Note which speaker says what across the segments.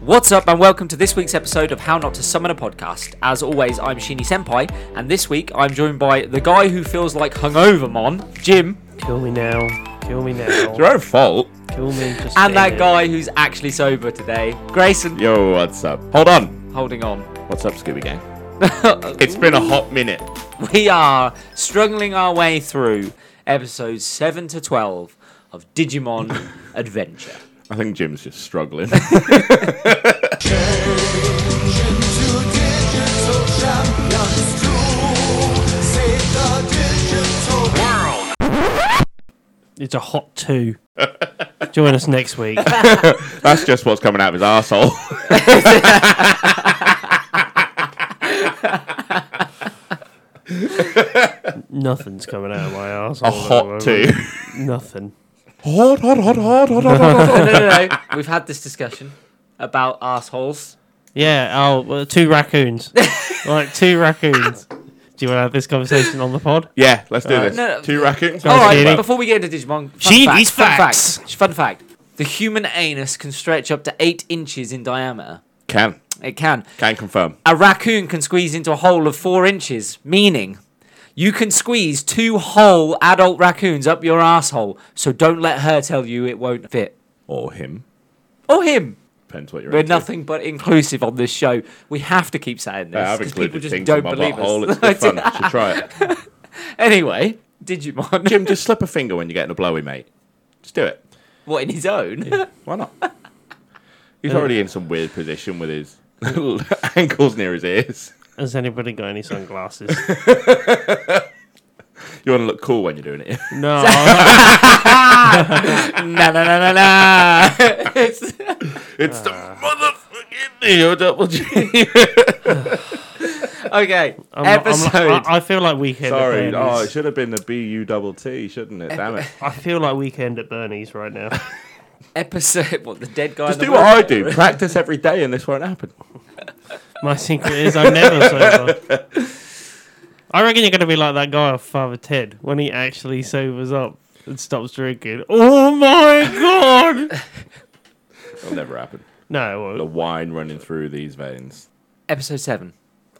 Speaker 1: What's up, and welcome to this week's episode of How Not to Summon a Podcast. As always, I'm Shini Senpai, and this week I'm joined by the guy who feels like hungover mon, Jim,
Speaker 2: Kill me now. Kill me now.
Speaker 3: Your own fault.
Speaker 2: Kill me. Just
Speaker 1: and
Speaker 2: end
Speaker 1: that
Speaker 2: it.
Speaker 1: guy who's actually sober today, Grayson,
Speaker 3: Yo, what's up? Hold on.
Speaker 1: holding on.
Speaker 3: What's up, Scooby Gang? It's been a hot minute.
Speaker 1: We are struggling our way through episodes 7 to 12 of Digimon Adventure.
Speaker 3: I think Jim's just struggling.
Speaker 2: It's a hot two. Join us next week.
Speaker 3: That's just what's coming out of his asshole.
Speaker 2: Nothing's coming out of my arsehole.
Speaker 3: A
Speaker 2: at the
Speaker 3: hot
Speaker 2: moment.
Speaker 3: two.
Speaker 2: Nothing.
Speaker 3: Hot, hot, hot, hot, hot, hot, hot.
Speaker 1: Oh, no, no, no, no. We've had this discussion about arseholes.
Speaker 2: Yeah. Oh, well, two raccoons. like two raccoons. Do you want to have this conversation on the pod?
Speaker 3: Yeah, let's do
Speaker 2: Alright.
Speaker 3: this.
Speaker 1: Uh, No, no.
Speaker 3: Two raccoons.
Speaker 1: All right,
Speaker 2: Katie.
Speaker 1: but before we get into Digimon, fun
Speaker 2: Genie's
Speaker 1: fact,
Speaker 2: facts.
Speaker 1: Fun fact, fun fact. The human anus can stretch up to eight inches in diameter.
Speaker 3: Can
Speaker 1: It can.
Speaker 3: can confirm.
Speaker 1: A raccoon can squeeze into a hole of four inches, meaning you can squeeze two whole adult raccoons up your asshole. So don't let her tell you it won't fit.
Speaker 3: Or him.
Speaker 1: Or him.
Speaker 3: Depends what you're.
Speaker 1: We're
Speaker 3: into.
Speaker 1: nothing but inclusive on this show. We have to keep saying this.
Speaker 3: Yeah, Uh, I've
Speaker 1: 'cause
Speaker 3: included
Speaker 1: people just
Speaker 3: things
Speaker 1: don't
Speaker 3: in my
Speaker 1: believe
Speaker 3: butthole.
Speaker 1: us.
Speaker 3: It's good fun. You should try it.
Speaker 1: anyway, Digimon.
Speaker 3: Jim, just slip a finger when you're getting a blowy, mate. Just do it.
Speaker 1: what in his own?
Speaker 3: Why not? He's already in some weird position with his ankles near his ears.
Speaker 2: Has anybody got any sunglasses?
Speaker 3: You want to look cool when you're doing it.
Speaker 2: no.
Speaker 1: na na na na na. It's-
Speaker 3: It's the
Speaker 1: Ah.
Speaker 3: motherfucking Neo Double G.
Speaker 1: okay.
Speaker 2: I'm,
Speaker 1: episode.
Speaker 2: I'm, I, I feel like weekend. At
Speaker 3: Sorry, oh, it
Speaker 2: Bernie's.
Speaker 3: should have been the B U double T, shouldn't it? Damn it!
Speaker 2: I feel like weekend at Bernie's right now.
Speaker 1: episode. What the dead guy?
Speaker 3: Just
Speaker 1: in the
Speaker 3: do what
Speaker 1: wall?
Speaker 3: I do. Practice every day, and this won't happen.
Speaker 2: My secret is I'm never sober. I reckon you're going to be like that guy off Father Ted when he actually sobers up and stops drinking. Oh my god!
Speaker 3: It'll never happen.
Speaker 2: No, it
Speaker 3: The
Speaker 2: won't.
Speaker 3: wine running through these veins.
Speaker 1: Episode seven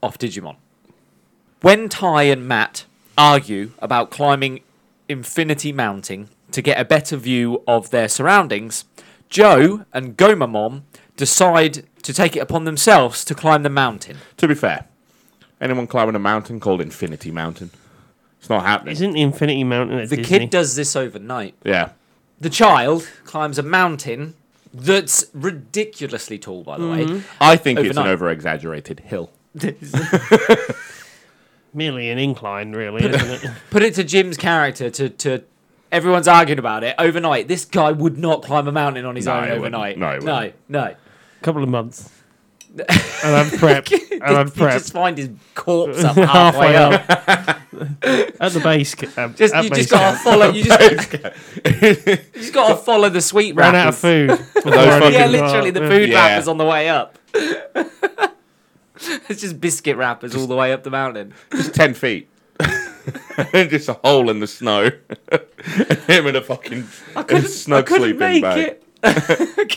Speaker 1: of Digimon. When Ty and Matt argue about climbing Infinity Mountain to get a better view of their surroundings, Joe and Gomamon decide to take it upon themselves to climb the mountain.
Speaker 3: To be fair, anyone climbing a mountain called Infinity Mountain, it's not happening.
Speaker 2: Isn't Infinity Mountain at
Speaker 1: The
Speaker 2: Disney?
Speaker 1: kid does this overnight.
Speaker 3: yeah,
Speaker 1: The child climbs a mountain that's ridiculously tall, by the way.
Speaker 3: I think it's an
Speaker 1: Overnight.
Speaker 3: over-exaggerated hill.
Speaker 2: Merely an incline, really, isn't it?
Speaker 1: put it to Jim's character to to everyone's arguing about it overnight. This guy would not climb a mountain on his
Speaker 3: No,
Speaker 1: own
Speaker 3: he wouldn't.
Speaker 1: overnight.
Speaker 3: No, he
Speaker 1: no,
Speaker 3: wouldn't.
Speaker 1: no.
Speaker 2: couple of months. and I'd prep. And
Speaker 1: He'd-
Speaker 2: I'd
Speaker 1: he'd
Speaker 2: prep.
Speaker 1: just find his corpse up halfway
Speaker 2: Halfway
Speaker 1: up.
Speaker 2: At the base. ca- Um,
Speaker 1: Just,
Speaker 2: at
Speaker 1: you
Speaker 2: base
Speaker 1: just
Speaker 2: camp.
Speaker 1: gotta follow. You just, you just gotta follow the sweet
Speaker 2: Ran out of
Speaker 1: wrappers.
Speaker 2: food.
Speaker 3: fucking-
Speaker 1: Yeah, literally the food
Speaker 3: Yeah.
Speaker 1: wrappers on the way up. it's just biscuit wrappers all the way up the mountain.
Speaker 3: Just ten feet. Just a hole in the snow. Him in a fucking I
Speaker 1: Couldn't- I
Speaker 3: snug
Speaker 1: couldn't
Speaker 3: sleeping
Speaker 1: make Oh,
Speaker 3: bag.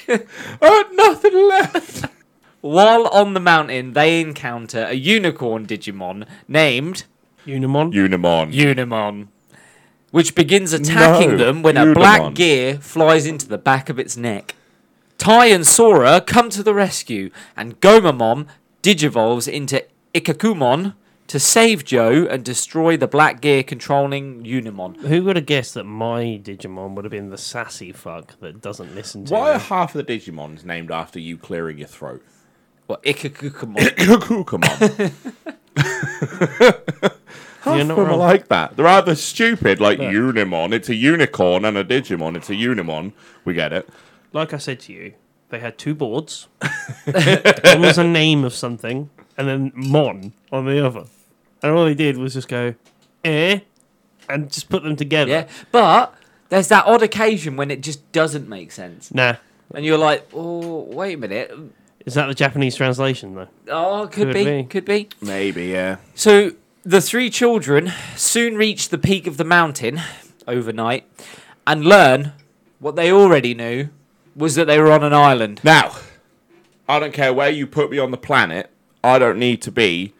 Speaker 1: it.
Speaker 3: I had nothing left.
Speaker 1: While on the mountain, they encounter a unicorn Digimon named
Speaker 2: Unimon.
Speaker 3: Unimon.
Speaker 1: Unimon, which begins attacking
Speaker 3: No,
Speaker 1: them when a
Speaker 3: Unimon.
Speaker 1: black gear flies into the back of its neck. Tai and Sora come to the rescue, and Gomamon digivolves into Ikakumon to save Joe and destroy the black gear controlling Unimon.
Speaker 2: Who would have guessed that my Digimon would have been the sassy fuck that doesn't listen to
Speaker 3: Why are
Speaker 2: me?
Speaker 3: half of the Digimons named after you clearing your throat?
Speaker 1: Well, Ikakumon.
Speaker 3: Kukumon. Half
Speaker 2: You're
Speaker 3: of
Speaker 2: not
Speaker 3: them are
Speaker 2: wrong.
Speaker 3: like that. They're either stupid, like Unimon, it's a unicorn, and a Digimon, it's a Unimon. We get it.
Speaker 2: Like I said to you, they had two boards. One was a name of something, and then Mon on the other. And all they did was just go, eh, and just put them together.
Speaker 1: yeah, but there's that odd occasion when it just doesn't make sense,
Speaker 2: Nah.
Speaker 1: and you're like, "Oh, wait a minute."
Speaker 2: Is that the Japanese translation, though?
Speaker 1: Oh, could,
Speaker 2: Could
Speaker 1: be,
Speaker 2: be.
Speaker 1: could be.
Speaker 3: Maybe, yeah.
Speaker 1: So the three children soon reach the peak of the mountain overnight and learn what they already knew was that they were on an island.
Speaker 3: Now, I don't care where you put me on the planet. I don't need to be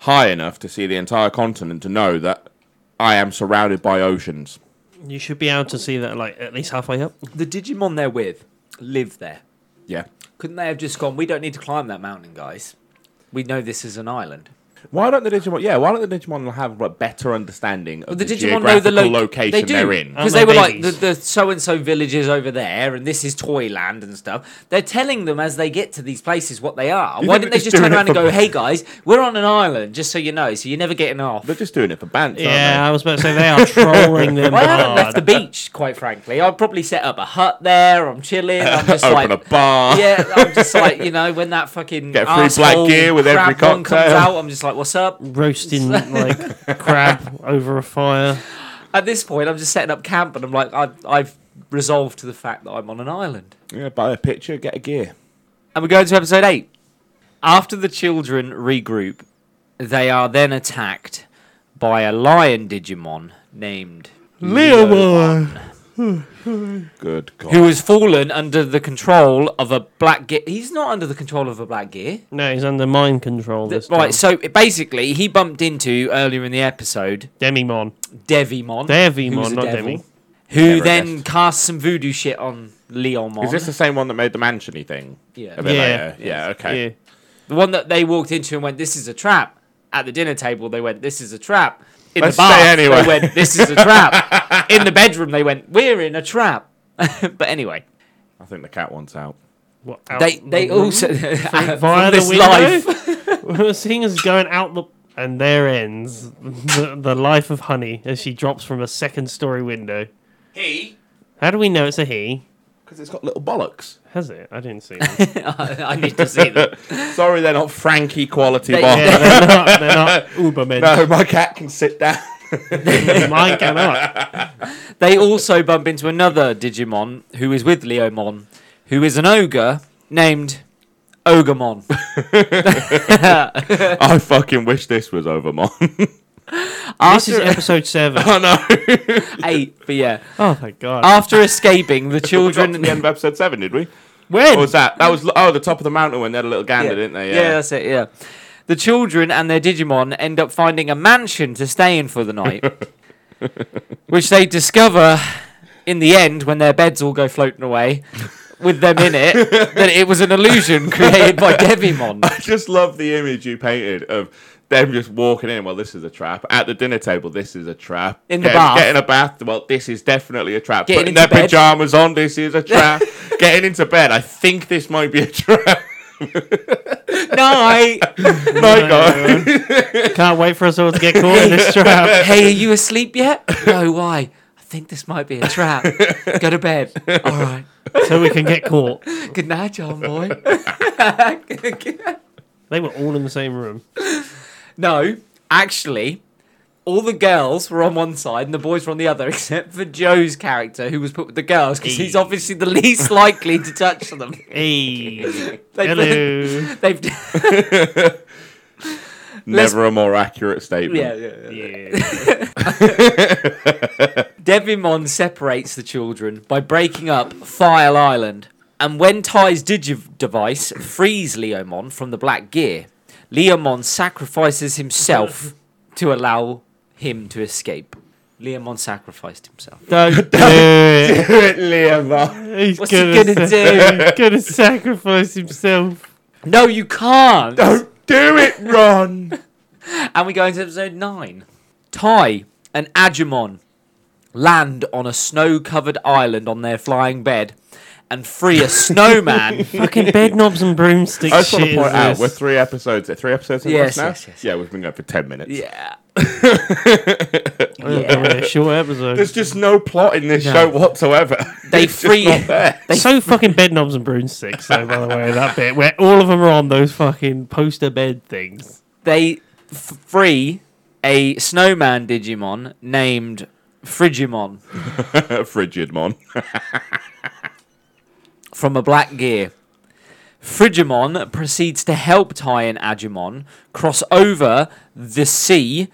Speaker 3: high enough to see the entire continent to know that I am surrounded by oceans.
Speaker 2: You should be able to see that like at least halfway up.
Speaker 1: The Digimon they're with live there.
Speaker 3: Yeah.
Speaker 1: Couldn't they have just gone, we don't need to climb that mountain, guys? We know this is an island.
Speaker 3: Why don't the Digimon? Yeah, why don't the Digimon have a better understanding of
Speaker 1: the,
Speaker 3: the,
Speaker 1: Digimon know the
Speaker 3: geographical
Speaker 1: lo-
Speaker 3: location
Speaker 1: they do, Um,
Speaker 3: are in?
Speaker 1: because
Speaker 2: Aren't
Speaker 1: they were
Speaker 2: they
Speaker 1: like the,
Speaker 2: babies?
Speaker 1: the so and so village is over there, and this is Toyland and stuff. They're telling them as they get to these places what they are.
Speaker 3: You
Speaker 1: Why didn't
Speaker 3: think
Speaker 1: they
Speaker 3: they're
Speaker 1: just
Speaker 3: just
Speaker 1: turn
Speaker 3: doing it
Speaker 1: around and
Speaker 3: for-
Speaker 1: go, "Hey guys, we're on an island, just so you know, so you're never getting off."
Speaker 3: They're just doing it for banter.
Speaker 2: Yeah,
Speaker 3: Aren't
Speaker 2: I was about to say they are trolling them
Speaker 1: Well, I haven't left the
Speaker 2: hard.
Speaker 1: beach, quite frankly. I'll probably set up a hut there. I'm chilling. I'm just
Speaker 3: they? Open
Speaker 1: like,
Speaker 3: a bar.
Speaker 1: yeah, I'm just like, you know, when that fucking
Speaker 3: Get free black
Speaker 1: asshole
Speaker 3: gear with every
Speaker 1: crab one comes
Speaker 3: cocktail.
Speaker 1: out, I'm just like, what's up?
Speaker 2: Roasting like crab over a fire.
Speaker 1: At this point, I'm just setting up camp, and I'm like, I've, I've resolved to the fact that I'm on an island.
Speaker 3: yeah, buy a picture, get a gear.
Speaker 1: And we're going to episode eight. After the children regroup, they are then attacked by a lion Digimon named
Speaker 2: Leomon.
Speaker 3: Good God.
Speaker 1: who has fallen under the control of a black gear. He's not under the control of a black gear.
Speaker 2: No, he's under mind control.
Speaker 1: Th-
Speaker 2: This
Speaker 1: Right,
Speaker 2: right,
Speaker 1: so basically, he bumped into earlier in the episode
Speaker 2: Demimon,
Speaker 1: Devimon, who's
Speaker 2: Devimon,
Speaker 1: a
Speaker 2: not
Speaker 1: devil,
Speaker 2: Demi.
Speaker 1: who
Speaker 3: Never
Speaker 1: then
Speaker 3: guessed.
Speaker 1: casts some voodoo shit on Leomon.
Speaker 3: Is this the same one that made the mansiony thing?
Speaker 1: Yeah.
Speaker 3: A bit
Speaker 2: Yeah.
Speaker 3: later. Yeah. Okay.
Speaker 2: Yeah.
Speaker 1: The one that they walked into and went, "This is a trap." At the dinner table, they went, "This is a trap." In
Speaker 3: Let's
Speaker 1: the bar,
Speaker 3: stay anyway.
Speaker 1: they went, "This is a trap." in the bedroom, they went, "We're in a trap." but anyway,
Speaker 3: I think the cat wants out.
Speaker 2: What, out
Speaker 1: they they
Speaker 2: the
Speaker 1: also
Speaker 2: room?
Speaker 1: from
Speaker 2: Oh, mm-hmm. via
Speaker 1: this
Speaker 2: the
Speaker 1: life.
Speaker 2: window. We're seeing us going out the and there ends the, the life of Honey as she drops from a second story window.
Speaker 3: He?
Speaker 2: How do we know it's a he?
Speaker 3: Because it's got little bollocks.
Speaker 2: Has it? I didn't see. That.
Speaker 1: I need to see them.
Speaker 3: Sorry, they're not Frankie quality
Speaker 1: They-
Speaker 3: bollocks.
Speaker 2: yeah, they're not. They're not Ubermen.
Speaker 3: No, my cat can sit down.
Speaker 2: Mine cannot.
Speaker 1: They also bump into another Digimon who is with Leomon, who is an ogre named Ogamon.
Speaker 3: I fucking wish this was over, Mon.
Speaker 2: This is episode seven.
Speaker 3: I know.
Speaker 1: Eight, but yeah.
Speaker 2: Oh my god.
Speaker 1: After escaping, the
Speaker 3: We got to
Speaker 1: children.
Speaker 3: the end of episode seven, did we?
Speaker 2: when?
Speaker 3: Or was that? That was Oh oh, the top of the mountain when they had a little gander, didn't they? Yeah.
Speaker 1: that's it, yeah. The children and their Digimon end up finding a mansion to stay in for the night, which they discover in the end when their beds all go floating away with them in it that it was an illusion created by Devimon.
Speaker 3: I just love the image you painted of them just walking in. Well, this is a trap. At the dinner table, this is a trap.
Speaker 1: In the
Speaker 3: getting,
Speaker 1: bath.
Speaker 3: Getting a bath. Well, this is definitely a trap.
Speaker 1: Getting
Speaker 3: Putting
Speaker 1: into
Speaker 3: their
Speaker 1: bed.
Speaker 3: pajamas on. This is a trap. getting into bed. I think this might be a trap.
Speaker 1: Night!
Speaker 3: no, God.
Speaker 2: Can't wait for us all to get caught in this trap.
Speaker 1: Hey, are you asleep yet? No, why? I think this might be a trap. Go to bed. All right.
Speaker 2: So we can get caught.
Speaker 1: Good night, John boy.
Speaker 2: They were all in the same room.
Speaker 1: no, actually, all the girls were on one side and the boys were on the other, except for Joe's character, who was put with the girls, because he's obviously the least likely to touch them.
Speaker 2: Hey.
Speaker 1: They've,
Speaker 2: Hello.
Speaker 1: they've Let's-
Speaker 3: Never a more accurate statement.
Speaker 1: yeah, yeah, yeah.
Speaker 2: Yeah.
Speaker 1: Devimon separates the children by breaking up File Island, and when Ty's digiv device frees Leomon from the Black Gear, Leomon sacrifices himself to allow him to escape. Leomon sacrificed himself.
Speaker 2: Don't do it.
Speaker 3: Liam.
Speaker 2: He's
Speaker 1: What's
Speaker 2: gonna,
Speaker 1: he gonna
Speaker 2: sa- gonna sacrifice himself.
Speaker 1: No, you can't.
Speaker 3: Don't Oh, do it, Ron.
Speaker 1: And we go into episode nine. Ty and Agumon land on a snow-covered island on their flying bed and free a snowman
Speaker 2: Fucking bed knobs and broomsticks.
Speaker 3: I just want
Speaker 2: shit
Speaker 3: to point
Speaker 2: is
Speaker 3: out
Speaker 2: this.
Speaker 3: we're three episodes. Three episodes in
Speaker 1: Yes,
Speaker 3: now.
Speaker 1: yes, yes.
Speaker 3: Yeah, we've been going for ten minutes.
Speaker 1: Yeah.
Speaker 2: We're
Speaker 1: yeah.
Speaker 2: in a short episode.
Speaker 3: There's just no plot in this
Speaker 1: No.
Speaker 3: show whatsoever.
Speaker 1: They
Speaker 3: It's just
Speaker 1: free-
Speaker 3: not there.
Speaker 1: They-
Speaker 2: so fucking bed knobs and broomsticks, though, by the way, that bit where all of them are on those fucking poster bed things.
Speaker 1: They f- free a snowman Digimon named Frigimon
Speaker 3: frigid mon.
Speaker 1: from a black gear. Frigimon proceeds to help Ty and Agumon cross over the sea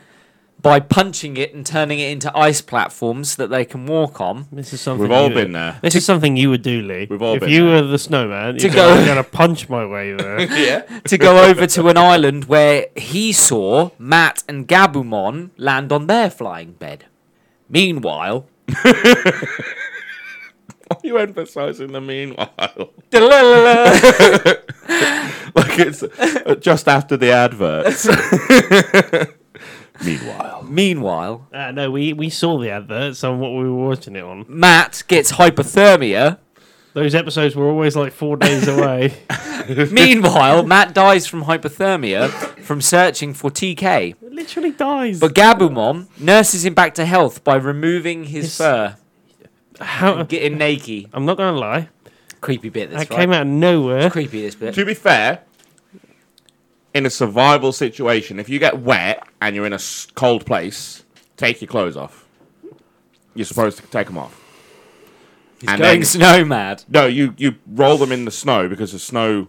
Speaker 1: by punching it and turning it into ice platforms that they can walk on.
Speaker 2: This is something
Speaker 3: We've all
Speaker 2: you-
Speaker 3: been there.
Speaker 2: This is something you would do, Lee.
Speaker 3: We've all
Speaker 2: if
Speaker 3: been
Speaker 2: you
Speaker 3: there.
Speaker 2: were the snowman,
Speaker 1: To
Speaker 2: you'd
Speaker 1: go-
Speaker 2: go, I'm going to punch my way there.
Speaker 3: Yeah.
Speaker 1: to go over to an island where he saw Matt and Gabumon land on their flying bed. Meanwhile,
Speaker 3: you emphasising the meanwhile?
Speaker 1: Delilah-
Speaker 3: like it's uh, just after the adverts. meanwhile.
Speaker 1: meanwhile,
Speaker 2: uh, no, we, we saw the adverts on what we were watching it on.
Speaker 1: Matt gets hypothermia.
Speaker 2: Those episodes were always like four days away.
Speaker 1: Meanwhile, Matt dies from hypothermia from searching for TK.
Speaker 2: It literally dies.
Speaker 1: But Gabumon nurses him back to health by removing his
Speaker 2: His-
Speaker 1: fur,
Speaker 2: How,
Speaker 1: getting naked.
Speaker 2: I'm not going to lie.
Speaker 1: Creepy bit. This
Speaker 2: That
Speaker 1: right?
Speaker 2: came out of nowhere.
Speaker 1: Creepy. This bit.
Speaker 3: To be fair, in a survival situation, if you get wet and you're in a s- cold place, take your clothes off. You're supposed to take them off.
Speaker 1: He's
Speaker 3: and
Speaker 1: going
Speaker 3: then-
Speaker 1: snow mad.
Speaker 3: No, you you roll them in the snow because the snow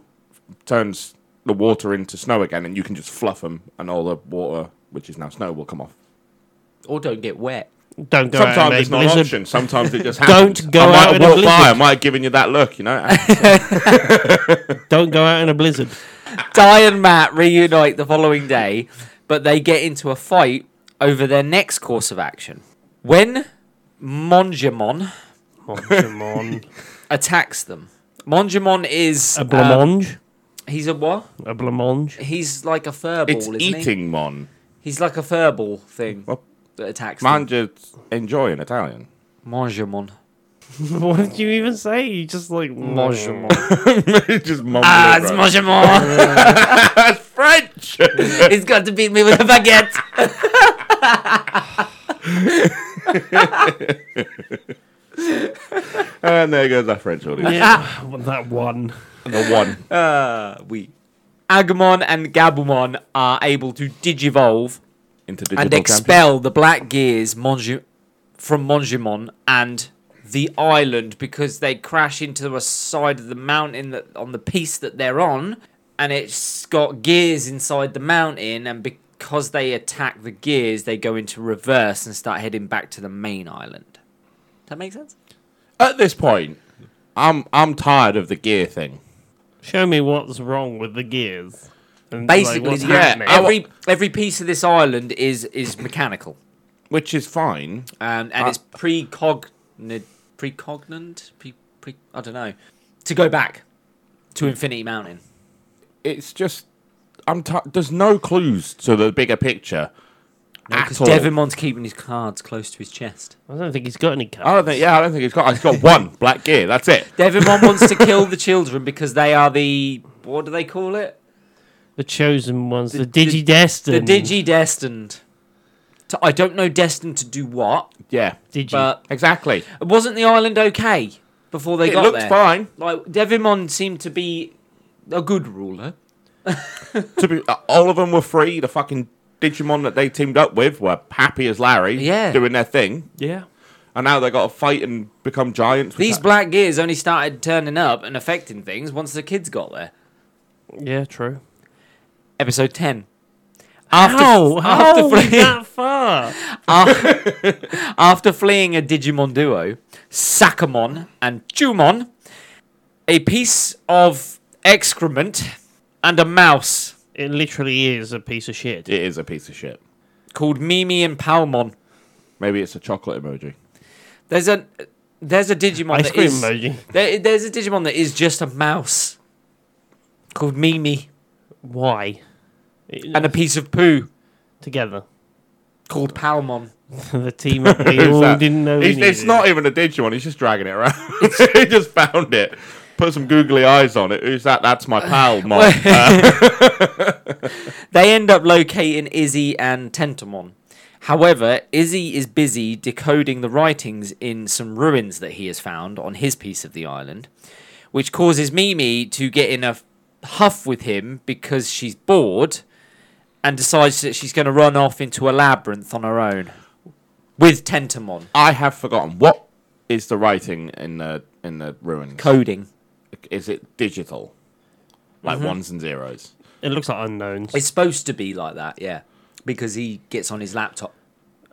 Speaker 3: turns the water into snow again, and you can just fluff them, and all the water, which is now snow, will come off.
Speaker 1: Or don't get wet.
Speaker 2: Don't go out
Speaker 3: Sometimes
Speaker 2: and
Speaker 3: it's not
Speaker 2: make
Speaker 3: an
Speaker 2: blizzard.
Speaker 3: option. Sometimes it just
Speaker 2: Don't
Speaker 3: happens.
Speaker 2: go
Speaker 3: I might
Speaker 2: out
Speaker 3: have
Speaker 2: in a
Speaker 3: walked by. I
Speaker 2: blizzard.
Speaker 3: might have given you that look. You know,
Speaker 2: Don't go out in a blizzard.
Speaker 1: Di and Matt reunite the following day, but they get into a fight over their next course of action. When Monjamon
Speaker 2: Oh, come on.
Speaker 1: attacks them, Monjamon is
Speaker 2: A
Speaker 1: um,
Speaker 2: blancmange.
Speaker 1: he's a what?
Speaker 2: a blancmange.
Speaker 1: He's like a furball,
Speaker 3: it's
Speaker 1: isn't he?
Speaker 3: eating mon.
Speaker 1: He's like a furball thing
Speaker 3: Well,
Speaker 1: that attacks them.
Speaker 3: Manja enjoying Italian.
Speaker 1: Monjamon.
Speaker 2: What did you even say? You just like
Speaker 1: Monjamon.
Speaker 3: just mumble
Speaker 1: Ah,
Speaker 3: it,
Speaker 1: it's
Speaker 3: right?
Speaker 1: Monjamon.
Speaker 3: That's French.
Speaker 1: he's got to beat me with a baguette.
Speaker 3: and there goes our French audience.
Speaker 2: Yeah, well, that one.
Speaker 3: The one.
Speaker 1: Uh, we. Agumon and Gabumon are able to digivolve
Speaker 3: Into digital
Speaker 1: and
Speaker 3: champion.
Speaker 1: expel the Black Gears Monju- from Monjumon and the island because they crash into a side of the mountain that on the piece that they're on, and it's got gears inside the mountain, and because they attack the gears, they go into reverse and start heading back to the main island. That makes sense.
Speaker 3: At this point, I'm I'm tired of the gear thing.
Speaker 2: Show me what's wrong with the gears. And like,
Speaker 1: Basically,
Speaker 2: what's
Speaker 1: the-
Speaker 2: happening.
Speaker 3: I-
Speaker 1: every every piece of this island is is mechanical,
Speaker 3: Which is fine.
Speaker 1: um,
Speaker 3: Uh,
Speaker 1: and it's precognit precognant pre, pre I don't know to go back to Infinity Mountain.
Speaker 3: It's just I'm ti there's no clues to the bigger picture.
Speaker 1: Because
Speaker 3: at all.
Speaker 1: Devimon's keeping his cards close to his chest.
Speaker 2: Oh, I don't think he's got any cards.
Speaker 3: I don't think. Oh, Yeah, I don't think he's got. He's got one black gear. That's it.
Speaker 1: Devimon wants to kill the children because they are the what do they call it?
Speaker 2: The chosen ones, the,
Speaker 1: the-
Speaker 2: digi destined.
Speaker 1: The digi destined. To, I don't know destined to do what,
Speaker 3: Yeah,
Speaker 2: digi.
Speaker 1: but
Speaker 3: exactly.
Speaker 1: wasn't the island okay before they
Speaker 3: It
Speaker 1: got
Speaker 3: looked
Speaker 1: there?
Speaker 3: fine.
Speaker 1: Like Devimon seemed to be a good ruler.
Speaker 3: To be, uh, all of them were free. The fucking Digimon that they teamed up with were happy as Larry.
Speaker 1: Yeah.
Speaker 3: doing their thing,
Speaker 2: yeah.
Speaker 3: and now they got to fight and become giants. which
Speaker 1: These
Speaker 3: I-
Speaker 1: black gears only started turning up and affecting things once the kids got there.
Speaker 2: Yeah, true.
Speaker 1: Episode ten. After,
Speaker 2: Oh, How?
Speaker 1: Oh,
Speaker 2: How
Speaker 1: after
Speaker 2: was
Speaker 1: fleeing-
Speaker 2: that far?
Speaker 1: After fleeing a Digimon duo, Sakamon and Jumon, a piece of excrement and a mouse
Speaker 2: It literally is a piece of shit.
Speaker 3: it is a piece of shit.
Speaker 1: called Mimi and Palmon.
Speaker 3: Maybe it's a chocolate emoji.
Speaker 1: There's a there's a Digimon
Speaker 2: Ice
Speaker 1: that
Speaker 2: cream
Speaker 1: is
Speaker 2: emoji.
Speaker 1: there- there's a Digimon that is just a mouse called Mimi
Speaker 2: Why?
Speaker 1: and a piece of poo
Speaker 2: Together.
Speaker 1: called Palmon.
Speaker 2: the team up we
Speaker 3: Who's
Speaker 2: all
Speaker 3: that?
Speaker 2: didn't know. we
Speaker 3: It's, it's
Speaker 2: needed.
Speaker 3: not even a Digimon. He's just dragging it around. he just found it. Put some googly eyes on it. Who's that? That's my pal, Mom.
Speaker 1: They end up locating Izzy and Tentamon. However, Izzy is busy decoding the writings in some ruins that he has found on his piece of the island, which causes Mimi to get in a huff with him because she's bored and decides that she's going to run off into a labyrinth on her own with Tentamon
Speaker 3: I have forgotten. What is the writing in the in the ruins?
Speaker 1: coding.
Speaker 3: is it digital? Like
Speaker 1: Mm-hmm.
Speaker 3: ones and zeros.
Speaker 2: It looks like unknowns.
Speaker 1: It's supposed to be like that, yeah, because he gets on his laptop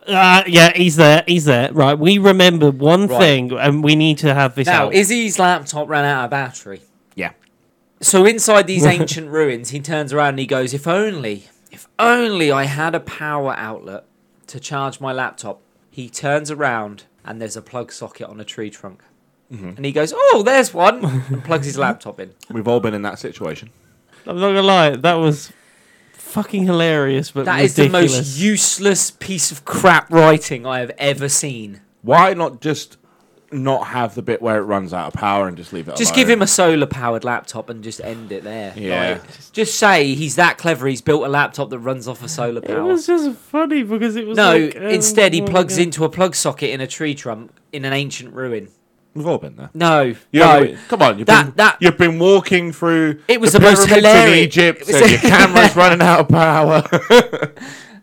Speaker 2: Uh, yeah, he's there. He's there. Right. We remember one
Speaker 1: Right.
Speaker 2: thing, and we need to have this
Speaker 1: Now,
Speaker 2: out.
Speaker 1: Izzy's laptop ran out of battery.
Speaker 3: Yeah.
Speaker 1: So inside these ancient ruins, he turns around and he goes, If only, if only I had a power outlet to charge my laptop. He turns around and there's a plug socket on a tree trunk. And he goes, Oh, there's one. And plugs his laptop in.
Speaker 3: We've all been in that situation.
Speaker 2: I'm not gonna lie. That was fucking hilarious, but
Speaker 1: That is
Speaker 2: ridiculous.
Speaker 1: the most useless piece of crap writing I have ever seen.
Speaker 3: Why not just not have the bit where it runs out of power and just leave it
Speaker 1: Just
Speaker 3: alone?
Speaker 1: give him a solar powered laptop and just end it there.
Speaker 3: Yeah.
Speaker 1: Like, just say he's that clever, he's built a laptop that runs off of solar
Speaker 2: It
Speaker 1: power.
Speaker 2: was just funny because it was
Speaker 1: No,
Speaker 2: like, oh
Speaker 1: instead he
Speaker 2: my
Speaker 1: plugs
Speaker 2: God.
Speaker 1: into a plug socket in a tree trunk in an ancient ruin.
Speaker 3: We've all been there.
Speaker 1: No,
Speaker 3: You
Speaker 1: no.
Speaker 3: know, come on, you've,
Speaker 1: That-
Speaker 3: been,
Speaker 1: that-
Speaker 3: you've been walking through
Speaker 1: It was
Speaker 3: the,
Speaker 1: the most
Speaker 3: pyramids in
Speaker 1: hilarious-
Speaker 3: Egypt
Speaker 1: it was-
Speaker 3: and your camera's running out of power.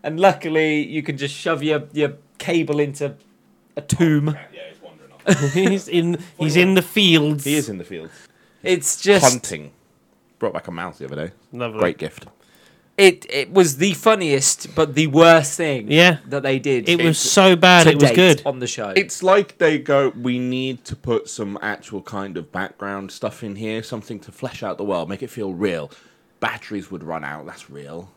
Speaker 1: And luckily, you can just shove your your cable into a tomb.
Speaker 2: he's in he's in the fields.
Speaker 3: he is in the field.
Speaker 1: It's just
Speaker 3: Hunting. Brought back a mouse the other day.
Speaker 2: Lovely.
Speaker 3: Great gift.
Speaker 1: it. It was the funniest, but the worst thing.
Speaker 2: Yeah.
Speaker 1: that they did.
Speaker 2: It was
Speaker 1: to
Speaker 2: so bad. It was
Speaker 1: date
Speaker 2: good.
Speaker 1: on the show.
Speaker 3: It's like they go, we need to put some actual kind of background stuff in here, something to flesh out the world, make it feel real. Batteries would run out, that's real.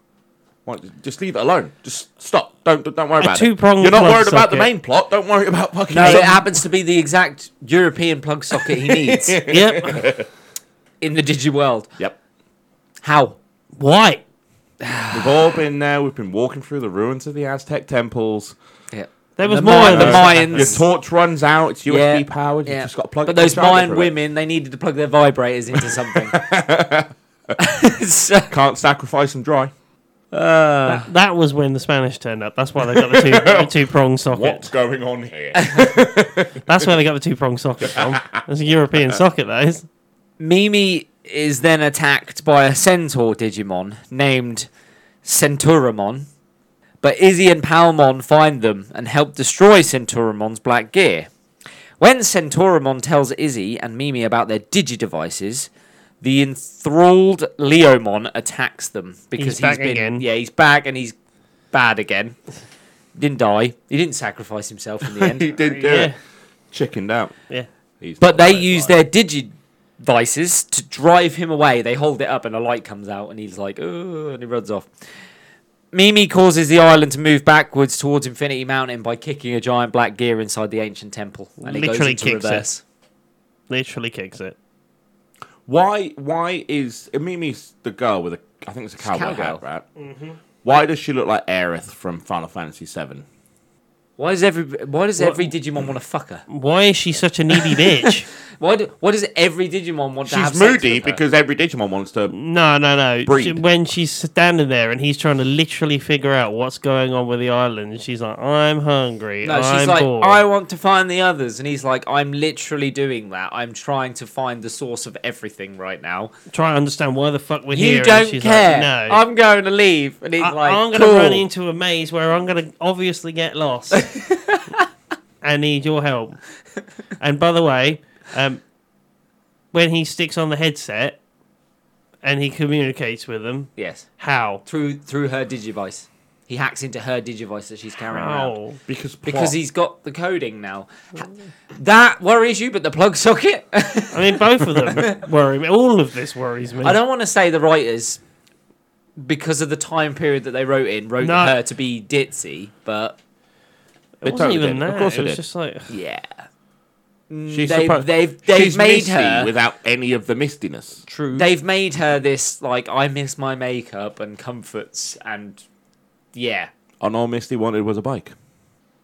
Speaker 3: Why- just leave it alone. Just stop. Don't don't worry
Speaker 2: A
Speaker 3: about
Speaker 2: two-pronged
Speaker 3: it. You're not
Speaker 2: plug
Speaker 3: worried about the
Speaker 2: socket.
Speaker 3: main plot. Don't worry about fucking.
Speaker 1: no,
Speaker 3: some-
Speaker 1: it happens to be the exact European plug socket he needs
Speaker 2: Yep.
Speaker 1: in the digi world.
Speaker 3: Yep.
Speaker 1: How?
Speaker 2: Why?
Speaker 3: We've all been there. We've been walking through the ruins of the Aztec temples. Uh,
Speaker 1: Yeah.
Speaker 2: There was
Speaker 1: The
Speaker 2: more.
Speaker 1: Mayan-
Speaker 2: of
Speaker 1: the
Speaker 2: those.
Speaker 1: Mayans.
Speaker 3: Your torch runs out. It's USB
Speaker 1: Yeah,
Speaker 3: powered.
Speaker 1: yeah.
Speaker 3: You've just got to plug.
Speaker 1: But
Speaker 3: it
Speaker 1: those
Speaker 3: in the charger
Speaker 1: Mayan
Speaker 3: for it.
Speaker 1: women, they needed to plug their vibrators into something. So-
Speaker 3: can't sacrifice them dry.
Speaker 2: That was when the Spanish turned up. That's why they got the two, the two prong socket.
Speaker 3: going on here?
Speaker 2: That's where they got the two prong socket from. It's a European socket, that is.
Speaker 1: Mimi is then attacked by a centaur Digimon named Centauramon, but Izzy and Palmon find them and help destroy Centauramon's black gear. When Centauramon tells Izzy and Mimi about their digi devices, the enthralled Leomon attacks them because
Speaker 2: He's back
Speaker 1: been
Speaker 2: again.
Speaker 1: yeah he's back and he's bad again. Didn't die. He didn't sacrifice himself in the end.
Speaker 3: he did do
Speaker 2: Yeah.
Speaker 3: it. Chickened out.
Speaker 2: Yeah.
Speaker 3: He's
Speaker 1: But
Speaker 3: not
Speaker 1: they
Speaker 3: very
Speaker 1: use
Speaker 3: bright.
Speaker 1: their digi devices to drive him away. They hold it up and a light comes out and he's like, "Ugh," and he runs off. Mimi causes the island to move backwards towards Infinity Mountain by kicking a giant black gear inside the ancient temple. And it
Speaker 2: Literally
Speaker 1: goes into
Speaker 2: kicks it.
Speaker 1: reverse.
Speaker 2: Literally kicks it.
Speaker 3: Why? Why is Mimi's the girl with a? I think it's a cowboy
Speaker 1: cowgirl.
Speaker 3: hat, right? Why does she look like Aerith from Final Fantasy VII?
Speaker 1: Why does every why does every Digimon want to fuck her?
Speaker 2: Why is she such a needy bitch?
Speaker 1: Why do, why does every Digimon want to have
Speaker 3: She's
Speaker 1: sex
Speaker 3: moody
Speaker 1: with her?
Speaker 3: because every Digimon wants to.
Speaker 2: No, no, no. She,
Speaker 3: Breed.
Speaker 2: when she's standing there and he's trying to literally figure out what's going on with the island, and she's like, I'm hungry.
Speaker 1: no,
Speaker 2: I'm
Speaker 1: she's like,
Speaker 2: bored.
Speaker 1: I want to find the others, and he's like, I'm literally doing that. I'm trying to find the source of everything right now.
Speaker 2: Try to understand why the fuck we're here.
Speaker 1: you
Speaker 2: and
Speaker 1: don't
Speaker 2: she's
Speaker 1: care.
Speaker 2: Like, no.
Speaker 1: I'm going to leave. And he's
Speaker 2: I-
Speaker 1: like,
Speaker 2: I'm going to
Speaker 1: cool.
Speaker 2: run into a maze where I'm going to obviously get lost. I need your help. And by the way, um, when he sticks on the headset and he communicates with them,
Speaker 1: Yes,
Speaker 2: how?
Speaker 1: through through her digivice, he hacks into her digivice that she's carrying around
Speaker 2: How?
Speaker 3: Because plot.
Speaker 1: because he's got the coding now. That worries you, but the plug socket.
Speaker 2: I mean, both of them worry me. All of this worries me.
Speaker 1: I don't want to say the writers because of the time period that they wrote in wrote
Speaker 2: No.
Speaker 1: her to be ditzy, but
Speaker 3: They
Speaker 2: It wasn't
Speaker 3: totally
Speaker 2: even
Speaker 3: did.
Speaker 2: that.
Speaker 3: Of course
Speaker 2: it
Speaker 3: they
Speaker 2: was
Speaker 3: did.
Speaker 2: just like
Speaker 1: yeah,
Speaker 3: She's
Speaker 1: they've-
Speaker 3: supposed-
Speaker 1: they've- they've
Speaker 3: she's
Speaker 1: made
Speaker 3: misty
Speaker 1: her-
Speaker 3: without any of the mistiness.
Speaker 2: true.
Speaker 1: they've made her this like I miss my makeup and comforts and yeah.
Speaker 3: And all Misty wanted was a bike.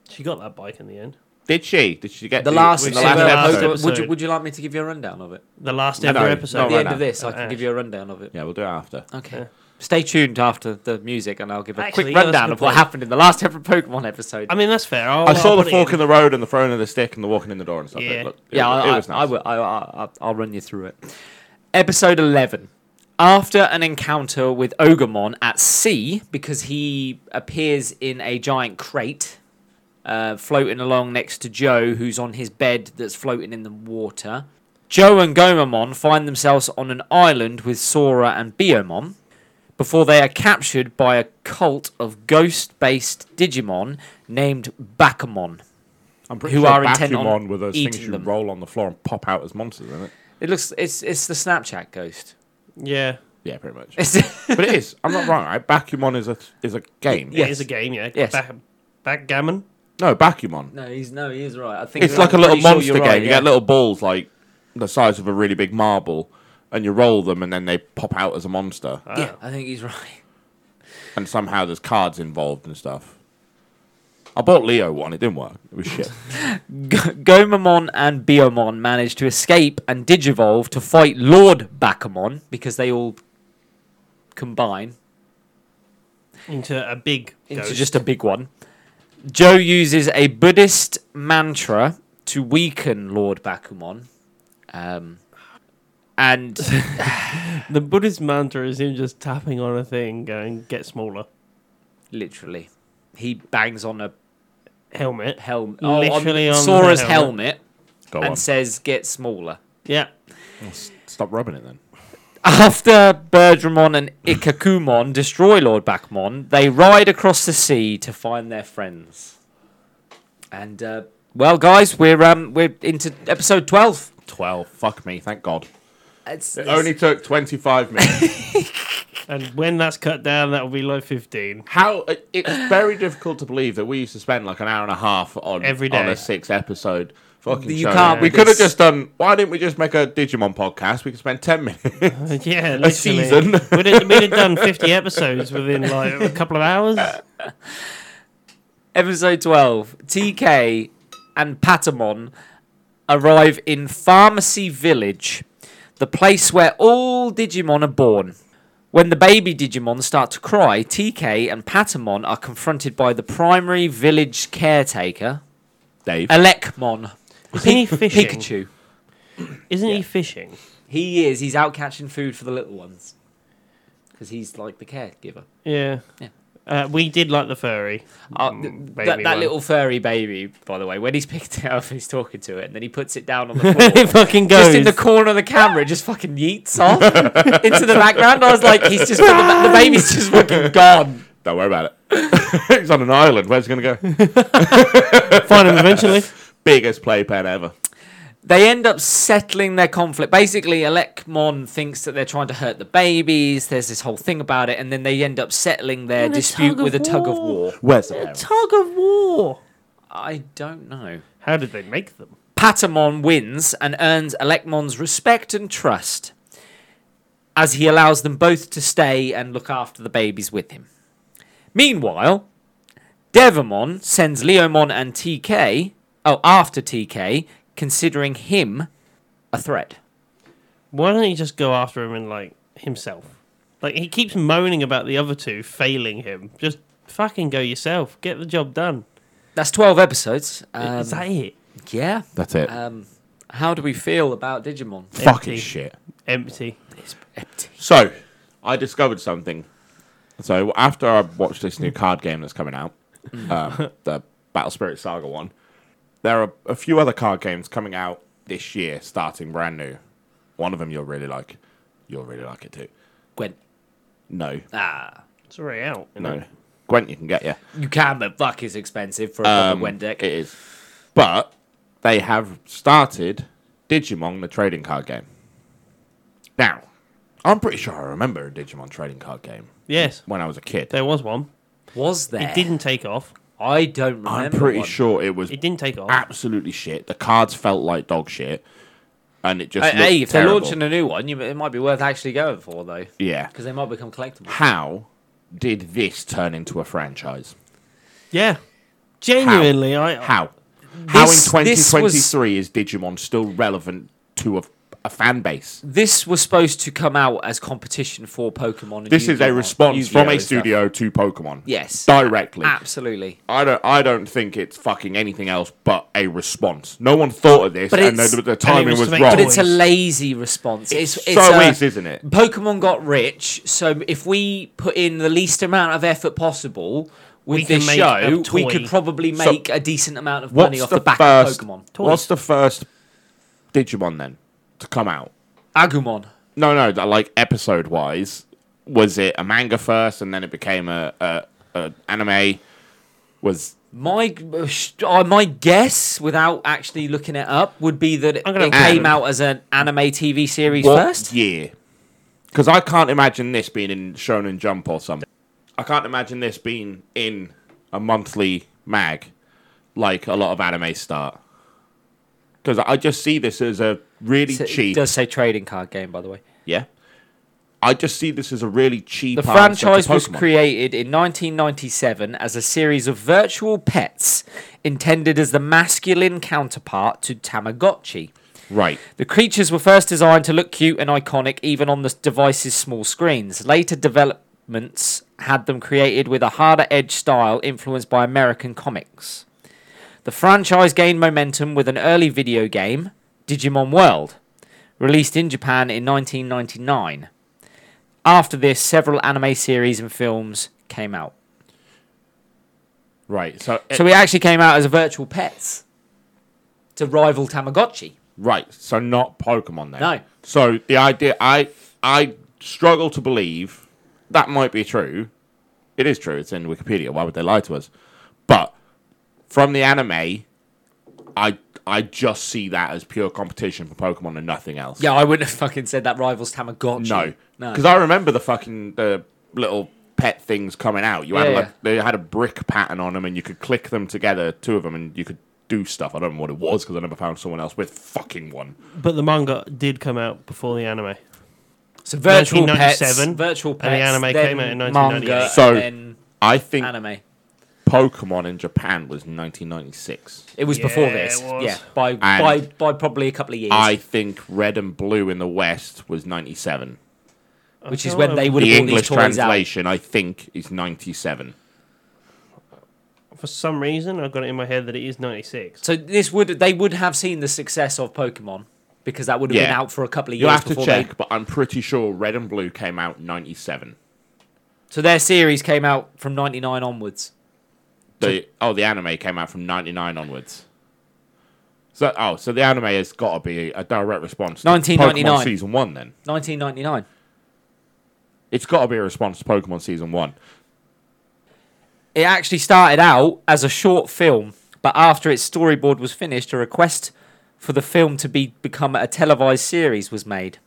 Speaker 2: she got that bike in the end.
Speaker 3: Did she? Did she get
Speaker 1: The last,
Speaker 3: in
Speaker 2: the last episode.
Speaker 1: Would, you, would you like me to give you a rundown of it?
Speaker 2: The last
Speaker 3: No,
Speaker 2: ever
Speaker 3: no,
Speaker 1: At
Speaker 2: episode.
Speaker 1: the
Speaker 3: right
Speaker 1: end
Speaker 3: now.
Speaker 1: of this, I can
Speaker 2: Uh,
Speaker 1: give you a rundown of it.
Speaker 3: Yeah, we'll do it after.
Speaker 1: Okay.
Speaker 2: Yeah.
Speaker 1: Stay tuned after the music and I'll give a
Speaker 2: Actually,
Speaker 1: quick
Speaker 2: yeah, that's a
Speaker 1: rundown
Speaker 2: good
Speaker 1: of what
Speaker 2: point.
Speaker 1: happened in the last ever Pokemon episode.
Speaker 2: I mean, that's fair. I'll,
Speaker 3: I saw
Speaker 2: I'll
Speaker 3: the
Speaker 2: put it
Speaker 3: fork in.
Speaker 2: in.
Speaker 3: the road and the throwing of the stick and the walking in the door and stuff.
Speaker 2: Yeah.
Speaker 3: It looked- it
Speaker 1: yeah,
Speaker 3: was-
Speaker 1: I,
Speaker 3: it was
Speaker 1: I,
Speaker 3: nice.
Speaker 1: I will, I, I, I- I'll run you through it. Episode 11. After an encounter with Ogamon at sea, because he appears in a giant crate uh, floating along next to Joe, who's on his bed that's floating in the water. Joe and Gomamon find themselves on an island with Sora and Biomon. before they are captured by a cult of ghost based Digimon named Bakamon.
Speaker 3: I'm pretty
Speaker 1: Who
Speaker 3: sure
Speaker 1: are intent
Speaker 3: Bakumon
Speaker 1: on
Speaker 3: were those
Speaker 1: eating
Speaker 3: things you
Speaker 1: them.
Speaker 3: roll on the floor and pop out as monsters, isn't it?
Speaker 1: It looks it's it's the Snapchat ghost.
Speaker 2: Yeah.
Speaker 3: Yeah, pretty much.
Speaker 1: It's
Speaker 3: but it is. I'm not wrong. Right? Bakumon is a is a game.
Speaker 2: It is a game, yeah.
Speaker 1: Yes.
Speaker 2: Back, backgammon.
Speaker 3: No, Bakumon.
Speaker 1: no, he's no, he is right. I think
Speaker 3: It's like a little monster game. you get little balls like the size of a really big marble, and you roll them, and then they pop out as a monster.
Speaker 2: Ah.
Speaker 1: Yeah, I think he's right.
Speaker 3: And somehow there's cards involved and stuff. I bought Leo one. It didn't work. It was shit.
Speaker 1: G- Gomamon and Biomon manage to escape and digivolve to fight Lord Bakamon because they all combine
Speaker 2: Into a big
Speaker 1: into
Speaker 2: ghost.
Speaker 1: just a big one. Joe uses a Buddhist mantra to weaken Lord Bakumon. Um, and
Speaker 2: The Buddhist mantra is him just tapping on a thing going, get smaller.
Speaker 1: literally, he bangs on a
Speaker 2: Helmet.
Speaker 1: helmet, oh, on
Speaker 2: Literally on the
Speaker 1: Sora's helmet,
Speaker 2: helmet.
Speaker 3: Go
Speaker 1: and
Speaker 3: on.
Speaker 1: says, Get smaller.
Speaker 2: Yeah.
Speaker 3: Stop rubbing it then.
Speaker 1: After Birdramon and Ikakumon destroy Lord Bakmon, they ride across the sea to find their friends. And uh, well, guys, we're um, we're into episode twelve.
Speaker 3: Twelve. Fuck me. Thank God.
Speaker 1: It's,
Speaker 3: It
Speaker 1: it's-
Speaker 3: only took twenty-five minutes.
Speaker 2: And when that's cut down, that'll be like 15.
Speaker 3: How it- it's very difficult to believe that we used to spend like an hour and a half on
Speaker 2: Every
Speaker 3: on
Speaker 2: day.
Speaker 3: a six episode fucking
Speaker 1: You
Speaker 3: show.
Speaker 1: can't
Speaker 3: we
Speaker 1: do
Speaker 3: could have
Speaker 1: this.
Speaker 3: just done. Why didn't we just make a Digimon podcast? We could spend ten minutes.
Speaker 2: yeah, literally.
Speaker 3: season.
Speaker 2: we'd, have, we'd have done 50 episodes within like a couple of hours.
Speaker 1: episode twelve. TK and Patamon arrive in Pharmacy Village, the place where all Digimon are born. When the baby Digimon start to cry, TK and Patamon are confronted by the primary village caretaker,
Speaker 3: Dave,
Speaker 1: Elecmon.
Speaker 2: Isn't he fishing?
Speaker 1: Pikachu.
Speaker 2: Isn't he fishing?
Speaker 1: He is. He's out catching food for the little ones. Because he's like the caregiver.
Speaker 2: Yeah.
Speaker 1: Yeah.
Speaker 2: Uh, we did like the furry.
Speaker 1: Uh,
Speaker 2: Mm,
Speaker 1: th-
Speaker 2: baby
Speaker 1: that that
Speaker 2: one.
Speaker 1: little furry baby, by the way, when he's picked it up, he's talking to it, and then he puts it down on the floor.
Speaker 2: it fucking goes.
Speaker 1: Just in the corner of the camera, it just fucking yeets off into the background. I was like, he's just fucking- the, baby's just fucking gone.
Speaker 3: don't worry about it. He's on an island. Where's he gonna go?
Speaker 2: Find him eventually.
Speaker 3: Biggest playpen ever.
Speaker 1: They end up settling their conflict. Basically, Elecmon thinks that they're trying to hurt the babies. There's this whole thing about it, and then they end up settling their
Speaker 2: And a
Speaker 1: dispute
Speaker 2: tug of
Speaker 1: with a tug of
Speaker 2: war.
Speaker 1: war.
Speaker 3: Where's the parents?
Speaker 2: Tug of war.
Speaker 1: I don't know.
Speaker 2: How did they make them?
Speaker 1: Patamon wins and earns Elecmon's respect and trust as he allows them both to stay and look after the babies with him. Meanwhile, Devamon sends Leomon and TK, oh, after TK, considering him a threat.
Speaker 2: Why don't he just go after him and like himself? Like he keeps moaning about the other two failing him. Just fucking go yourself. Get the job done.
Speaker 1: That's 12 episodes. Um,
Speaker 2: Is that it?
Speaker 1: yeah.
Speaker 3: That's it.
Speaker 1: Um, how do we feel about Digimon?
Speaker 3: Fucking
Speaker 2: empty.
Speaker 3: shit.
Speaker 2: Empty.
Speaker 1: It's empty.
Speaker 3: So, I discovered something. So after I watched this new card game that's coming out, um, the Battle Spirit Saga one, there are a few other card games coming out this year, starting brand new. One of them you'll really like. You'll really like it too.
Speaker 1: Gwen.
Speaker 3: No,
Speaker 1: Ah.
Speaker 2: It's already out. you know?
Speaker 3: no. Gwent, you can get yeah.
Speaker 1: You can, but fuck, it's expensive for a proper Gwen deck.
Speaker 3: It is. But they have started Digimon, the trading card game. Now, I'm pretty sure I remember a Digimon trading card game
Speaker 2: Yes,
Speaker 3: when I was a kid.
Speaker 2: there was one.
Speaker 1: Was there?
Speaker 2: It didn't take off.
Speaker 1: I don't remember.
Speaker 3: I'm pretty
Speaker 1: one.
Speaker 3: sure it was
Speaker 2: It didn't take off.
Speaker 1: Oh.
Speaker 3: absolutely shit. The cards felt like dog shit, and it just
Speaker 1: Hey,
Speaker 3: looked
Speaker 1: hey, if
Speaker 3: terrible.
Speaker 1: they're launching a new one, you, it might be worth actually going for though,
Speaker 3: yeah.
Speaker 1: because they might become collectible.
Speaker 3: How did this turn into a franchise?
Speaker 2: Yeah. Genuinely, I
Speaker 3: How?
Speaker 1: Oh. This-
Speaker 3: How in
Speaker 1: this
Speaker 3: 2023
Speaker 1: was-
Speaker 3: is Digimon still relevant to a, a fan base?
Speaker 1: This was supposed to come out as competition for Pokemon. and
Speaker 3: This is a
Speaker 1: Yu-Gi-Oh!
Speaker 3: response
Speaker 1: Yu-Gi-Oh!
Speaker 3: from a
Speaker 1: and stuff.
Speaker 3: studio to Pokemon.
Speaker 1: Yes.
Speaker 3: directly.
Speaker 1: Absolutely.
Speaker 3: I don't. I don't think it's fucking anything else but a response. No one thought of this,
Speaker 1: But
Speaker 3: and
Speaker 1: it's-
Speaker 3: the, the
Speaker 2: and it
Speaker 3: timing
Speaker 2: was
Speaker 3: was
Speaker 2: to make-
Speaker 3: wrong.
Speaker 1: But it's a
Speaker 2: Always.
Speaker 1: lazy response. It's, it's,
Speaker 3: Oh, so
Speaker 1: a-
Speaker 3: is, isn't it?
Speaker 1: Pokemon got rich, so if we put in the least amount of effort possible with
Speaker 2: We can
Speaker 1: this
Speaker 2: make
Speaker 1: show,
Speaker 2: a
Speaker 1: we
Speaker 2: toy.
Speaker 1: could probably
Speaker 3: So-
Speaker 1: make a decent amount of money
Speaker 3: What's
Speaker 1: off
Speaker 3: the,
Speaker 1: the, back
Speaker 3: first?
Speaker 1: of Pokemon.
Speaker 3: What's the first Digimon then to come out?
Speaker 1: Agumon.
Speaker 3: No, no, th- like episode wise, was it a manga first and then it became a, a, a anime? Was
Speaker 1: My uh, my guess, without actually looking it up, would be that it,
Speaker 2: I'm gonna
Speaker 1: it came
Speaker 3: And-
Speaker 1: out as an anime TV series
Speaker 3: what
Speaker 1: first.
Speaker 3: year? Because I can't imagine this being in Shonen Jump or something. I can't imagine this being in a monthly mag like a lot of anime start. Because I just see this as a really
Speaker 1: So It
Speaker 3: cheap.
Speaker 1: does say trading card game, by the way.
Speaker 3: Yeah. I just see this as a really cheap.
Speaker 1: The
Speaker 3: answer to
Speaker 1: franchise was
Speaker 3: Pokemon.
Speaker 1: created in 1997 as a series of virtual pets intended as the masculine counterpart to Tamagotchi.
Speaker 3: Right.
Speaker 1: The creatures were first designed to look cute and iconic even on the device's small screens. Later developments had them created with a harder edge style influenced by American comics. The franchise gained momentum with an early video game, Digimon World, released in Japan in 1999. After this, several anime series and films came out.
Speaker 3: Right. So, eh,
Speaker 1: So it actually came out as a virtual pets to rival Tamagotchi.
Speaker 3: right. So not Pokemon then.
Speaker 1: No.
Speaker 3: So the idea I I struggle to believe that might be true. It is true. It's in Wikipedia. Why would they lie to us? But from the anime, I I just see that as pure competition for Pokemon and nothing else.
Speaker 1: Yeah, I wouldn't have fucking said that rivals Tamagotchi.
Speaker 3: No,
Speaker 1: No.
Speaker 3: because I remember the fucking the little pet things coming out. You had
Speaker 1: Yeah,
Speaker 3: like
Speaker 1: yeah.
Speaker 3: they had a brick pattern on them, and you could click them together, two of them, and you could do stuff. I don't know what it was because I never found someone else with fucking one.
Speaker 2: But the manga did come out before the anime.
Speaker 1: So virtual pets,
Speaker 2: 1997,
Speaker 1: virtual pets,
Speaker 2: and the anime
Speaker 1: then
Speaker 2: came out in
Speaker 1: manga,
Speaker 2: 1998.
Speaker 3: So-
Speaker 1: then
Speaker 3: I think
Speaker 1: anime.
Speaker 3: Pokemon in Japan was 1996.
Speaker 1: It was before
Speaker 2: Yeah,
Speaker 1: this,
Speaker 2: it was.
Speaker 1: yeah, by by
Speaker 3: And-
Speaker 1: by probably a couple of years,
Speaker 3: I think Red and Blue in the West was 97.
Speaker 1: which is
Speaker 2: feel
Speaker 1: when
Speaker 2: like
Speaker 1: they would
Speaker 3: The
Speaker 1: have brought these
Speaker 3: English
Speaker 1: toys out.
Speaker 3: translation, I think, is 97.
Speaker 2: For some reason, I got it in my head that it is 96.
Speaker 1: So this would they would have seen the success of Pokemon because that would have been
Speaker 3: Yeah.
Speaker 1: out for a couple of years.
Speaker 3: You'll have to
Speaker 1: before
Speaker 3: check,
Speaker 1: They,
Speaker 3: but I'm pretty sure Red and Blue came out 97.
Speaker 1: so their series came out from '99 onwards.
Speaker 3: The oh, the anime came out from '99 onwards. So oh, so the anime has got to be a direct response. to
Speaker 1: 1999.
Speaker 3: Pokemon season one. Then
Speaker 1: 1999.
Speaker 3: it's got to be a response to Pokemon season one.
Speaker 1: It actually started out as a short film, but after its storyboard was finished, a request for the film to be become a televised series was made.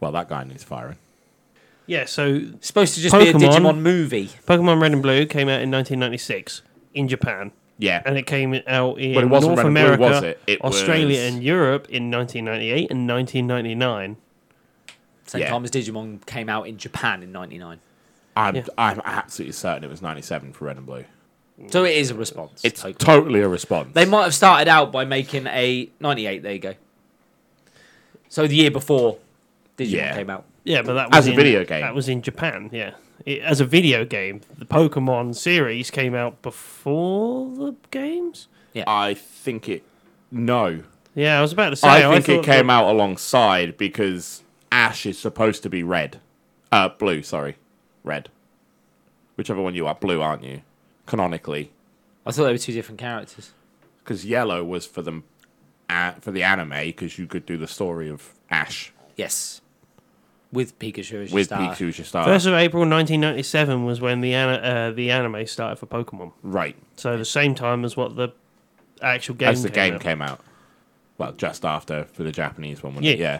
Speaker 3: Well, that guy needs firing.
Speaker 2: Yeah, so
Speaker 1: It's supposed to just be a
Speaker 2: Pokemon.
Speaker 1: Digimon movie.
Speaker 2: Pokemon Red and Blue came out in 1996 in Japan.
Speaker 3: Yeah,
Speaker 2: And it came out in
Speaker 3: But it wasn't
Speaker 2: North
Speaker 3: Red and Blue,
Speaker 2: America,
Speaker 3: was it? It
Speaker 2: Australia,
Speaker 3: was-
Speaker 2: and Europe in 1998 and 1999.
Speaker 1: Same
Speaker 3: Yeah.
Speaker 1: time as Digimon came out in Japan in '99.
Speaker 3: I'm
Speaker 2: Yeah.
Speaker 3: I'm absolutely certain it was '97 for Red and Blue.
Speaker 1: So it is a response.
Speaker 3: It's
Speaker 1: Totally.
Speaker 3: totally a response.
Speaker 1: They might have started out by making a 98. There you go. So the year before Digimon
Speaker 3: Yeah.
Speaker 1: came out.
Speaker 2: Yeah, but that was
Speaker 3: As a
Speaker 2: in-
Speaker 3: video game.
Speaker 2: That was in Japan. Yeah, it, as a video game, the Pokemon series came out before the games.
Speaker 3: I think it. No,
Speaker 2: Yeah, I was about to say.
Speaker 3: I think it
Speaker 2: thought
Speaker 3: came
Speaker 2: that-
Speaker 3: out alongside because Ash is supposed to be red. Uh, blue, sorry. Red. Whichever one you are, blue, aren't you? Canonically.
Speaker 1: I thought they were two different characters.
Speaker 3: Because yellow was for them uh, for the anime because you could do the story of Ash
Speaker 1: Yes. With Pikachu as your
Speaker 3: with
Speaker 1: starter.
Speaker 3: Pikachu as your star.
Speaker 2: First of April 1997 was when the an- uh, the anime started for Pokemon.
Speaker 3: Right.
Speaker 2: So the same time as what the actual game.
Speaker 3: As the
Speaker 2: came
Speaker 3: game
Speaker 2: out.
Speaker 3: came out. Well, just after for the Japanese one, wasn't
Speaker 2: Yeah.
Speaker 3: it? Yeah.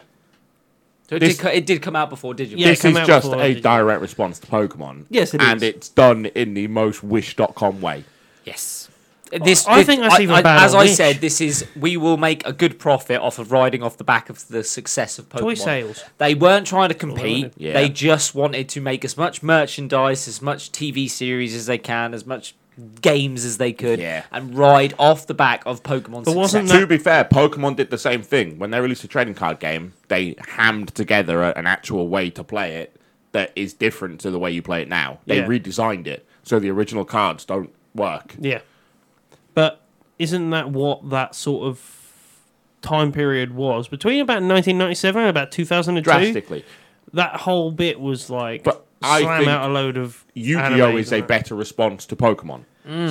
Speaker 1: So it,
Speaker 3: This-
Speaker 1: did co- it did come out before Digimon.
Speaker 2: Yeah, it
Speaker 3: this
Speaker 2: came
Speaker 3: is
Speaker 2: out
Speaker 3: just
Speaker 2: before
Speaker 3: a
Speaker 2: Digimon.
Speaker 3: direct response to Pokemon.
Speaker 2: Yes, it
Speaker 3: And
Speaker 2: is.
Speaker 3: it's done in the most wish.com way.
Speaker 1: Yes. This,
Speaker 2: I think that's even bad
Speaker 1: As
Speaker 2: on
Speaker 1: I
Speaker 2: Wish.
Speaker 1: said, this is we will make a good profit off of riding off the back of the success of Pokemon.
Speaker 2: Toy sales.
Speaker 1: They weren't trying to compete.
Speaker 3: Yeah.
Speaker 1: They just wanted to make as much merchandise, as much TV series as they can, as much games as they could,
Speaker 3: Yeah.
Speaker 1: and ride off the back of Pokemon.
Speaker 2: But wasn't
Speaker 1: success.
Speaker 2: that-
Speaker 3: to be fair, Pokemon did the same thing. When they released a trading card game, they hammed together a- an actual way to play it that is different to the way you play it now. They
Speaker 2: Yeah.
Speaker 3: redesigned it, so the original cards don't work.
Speaker 2: Yeah. But isn't that what that sort of time period was between about 1997 and about 2002?
Speaker 3: Drastically.
Speaker 2: That whole bit was like
Speaker 3: But I
Speaker 2: slam
Speaker 3: think
Speaker 2: out a load of
Speaker 3: Yu-Gi-Oh
Speaker 2: animes
Speaker 3: is a
Speaker 2: and that.
Speaker 3: better response to Pokemon.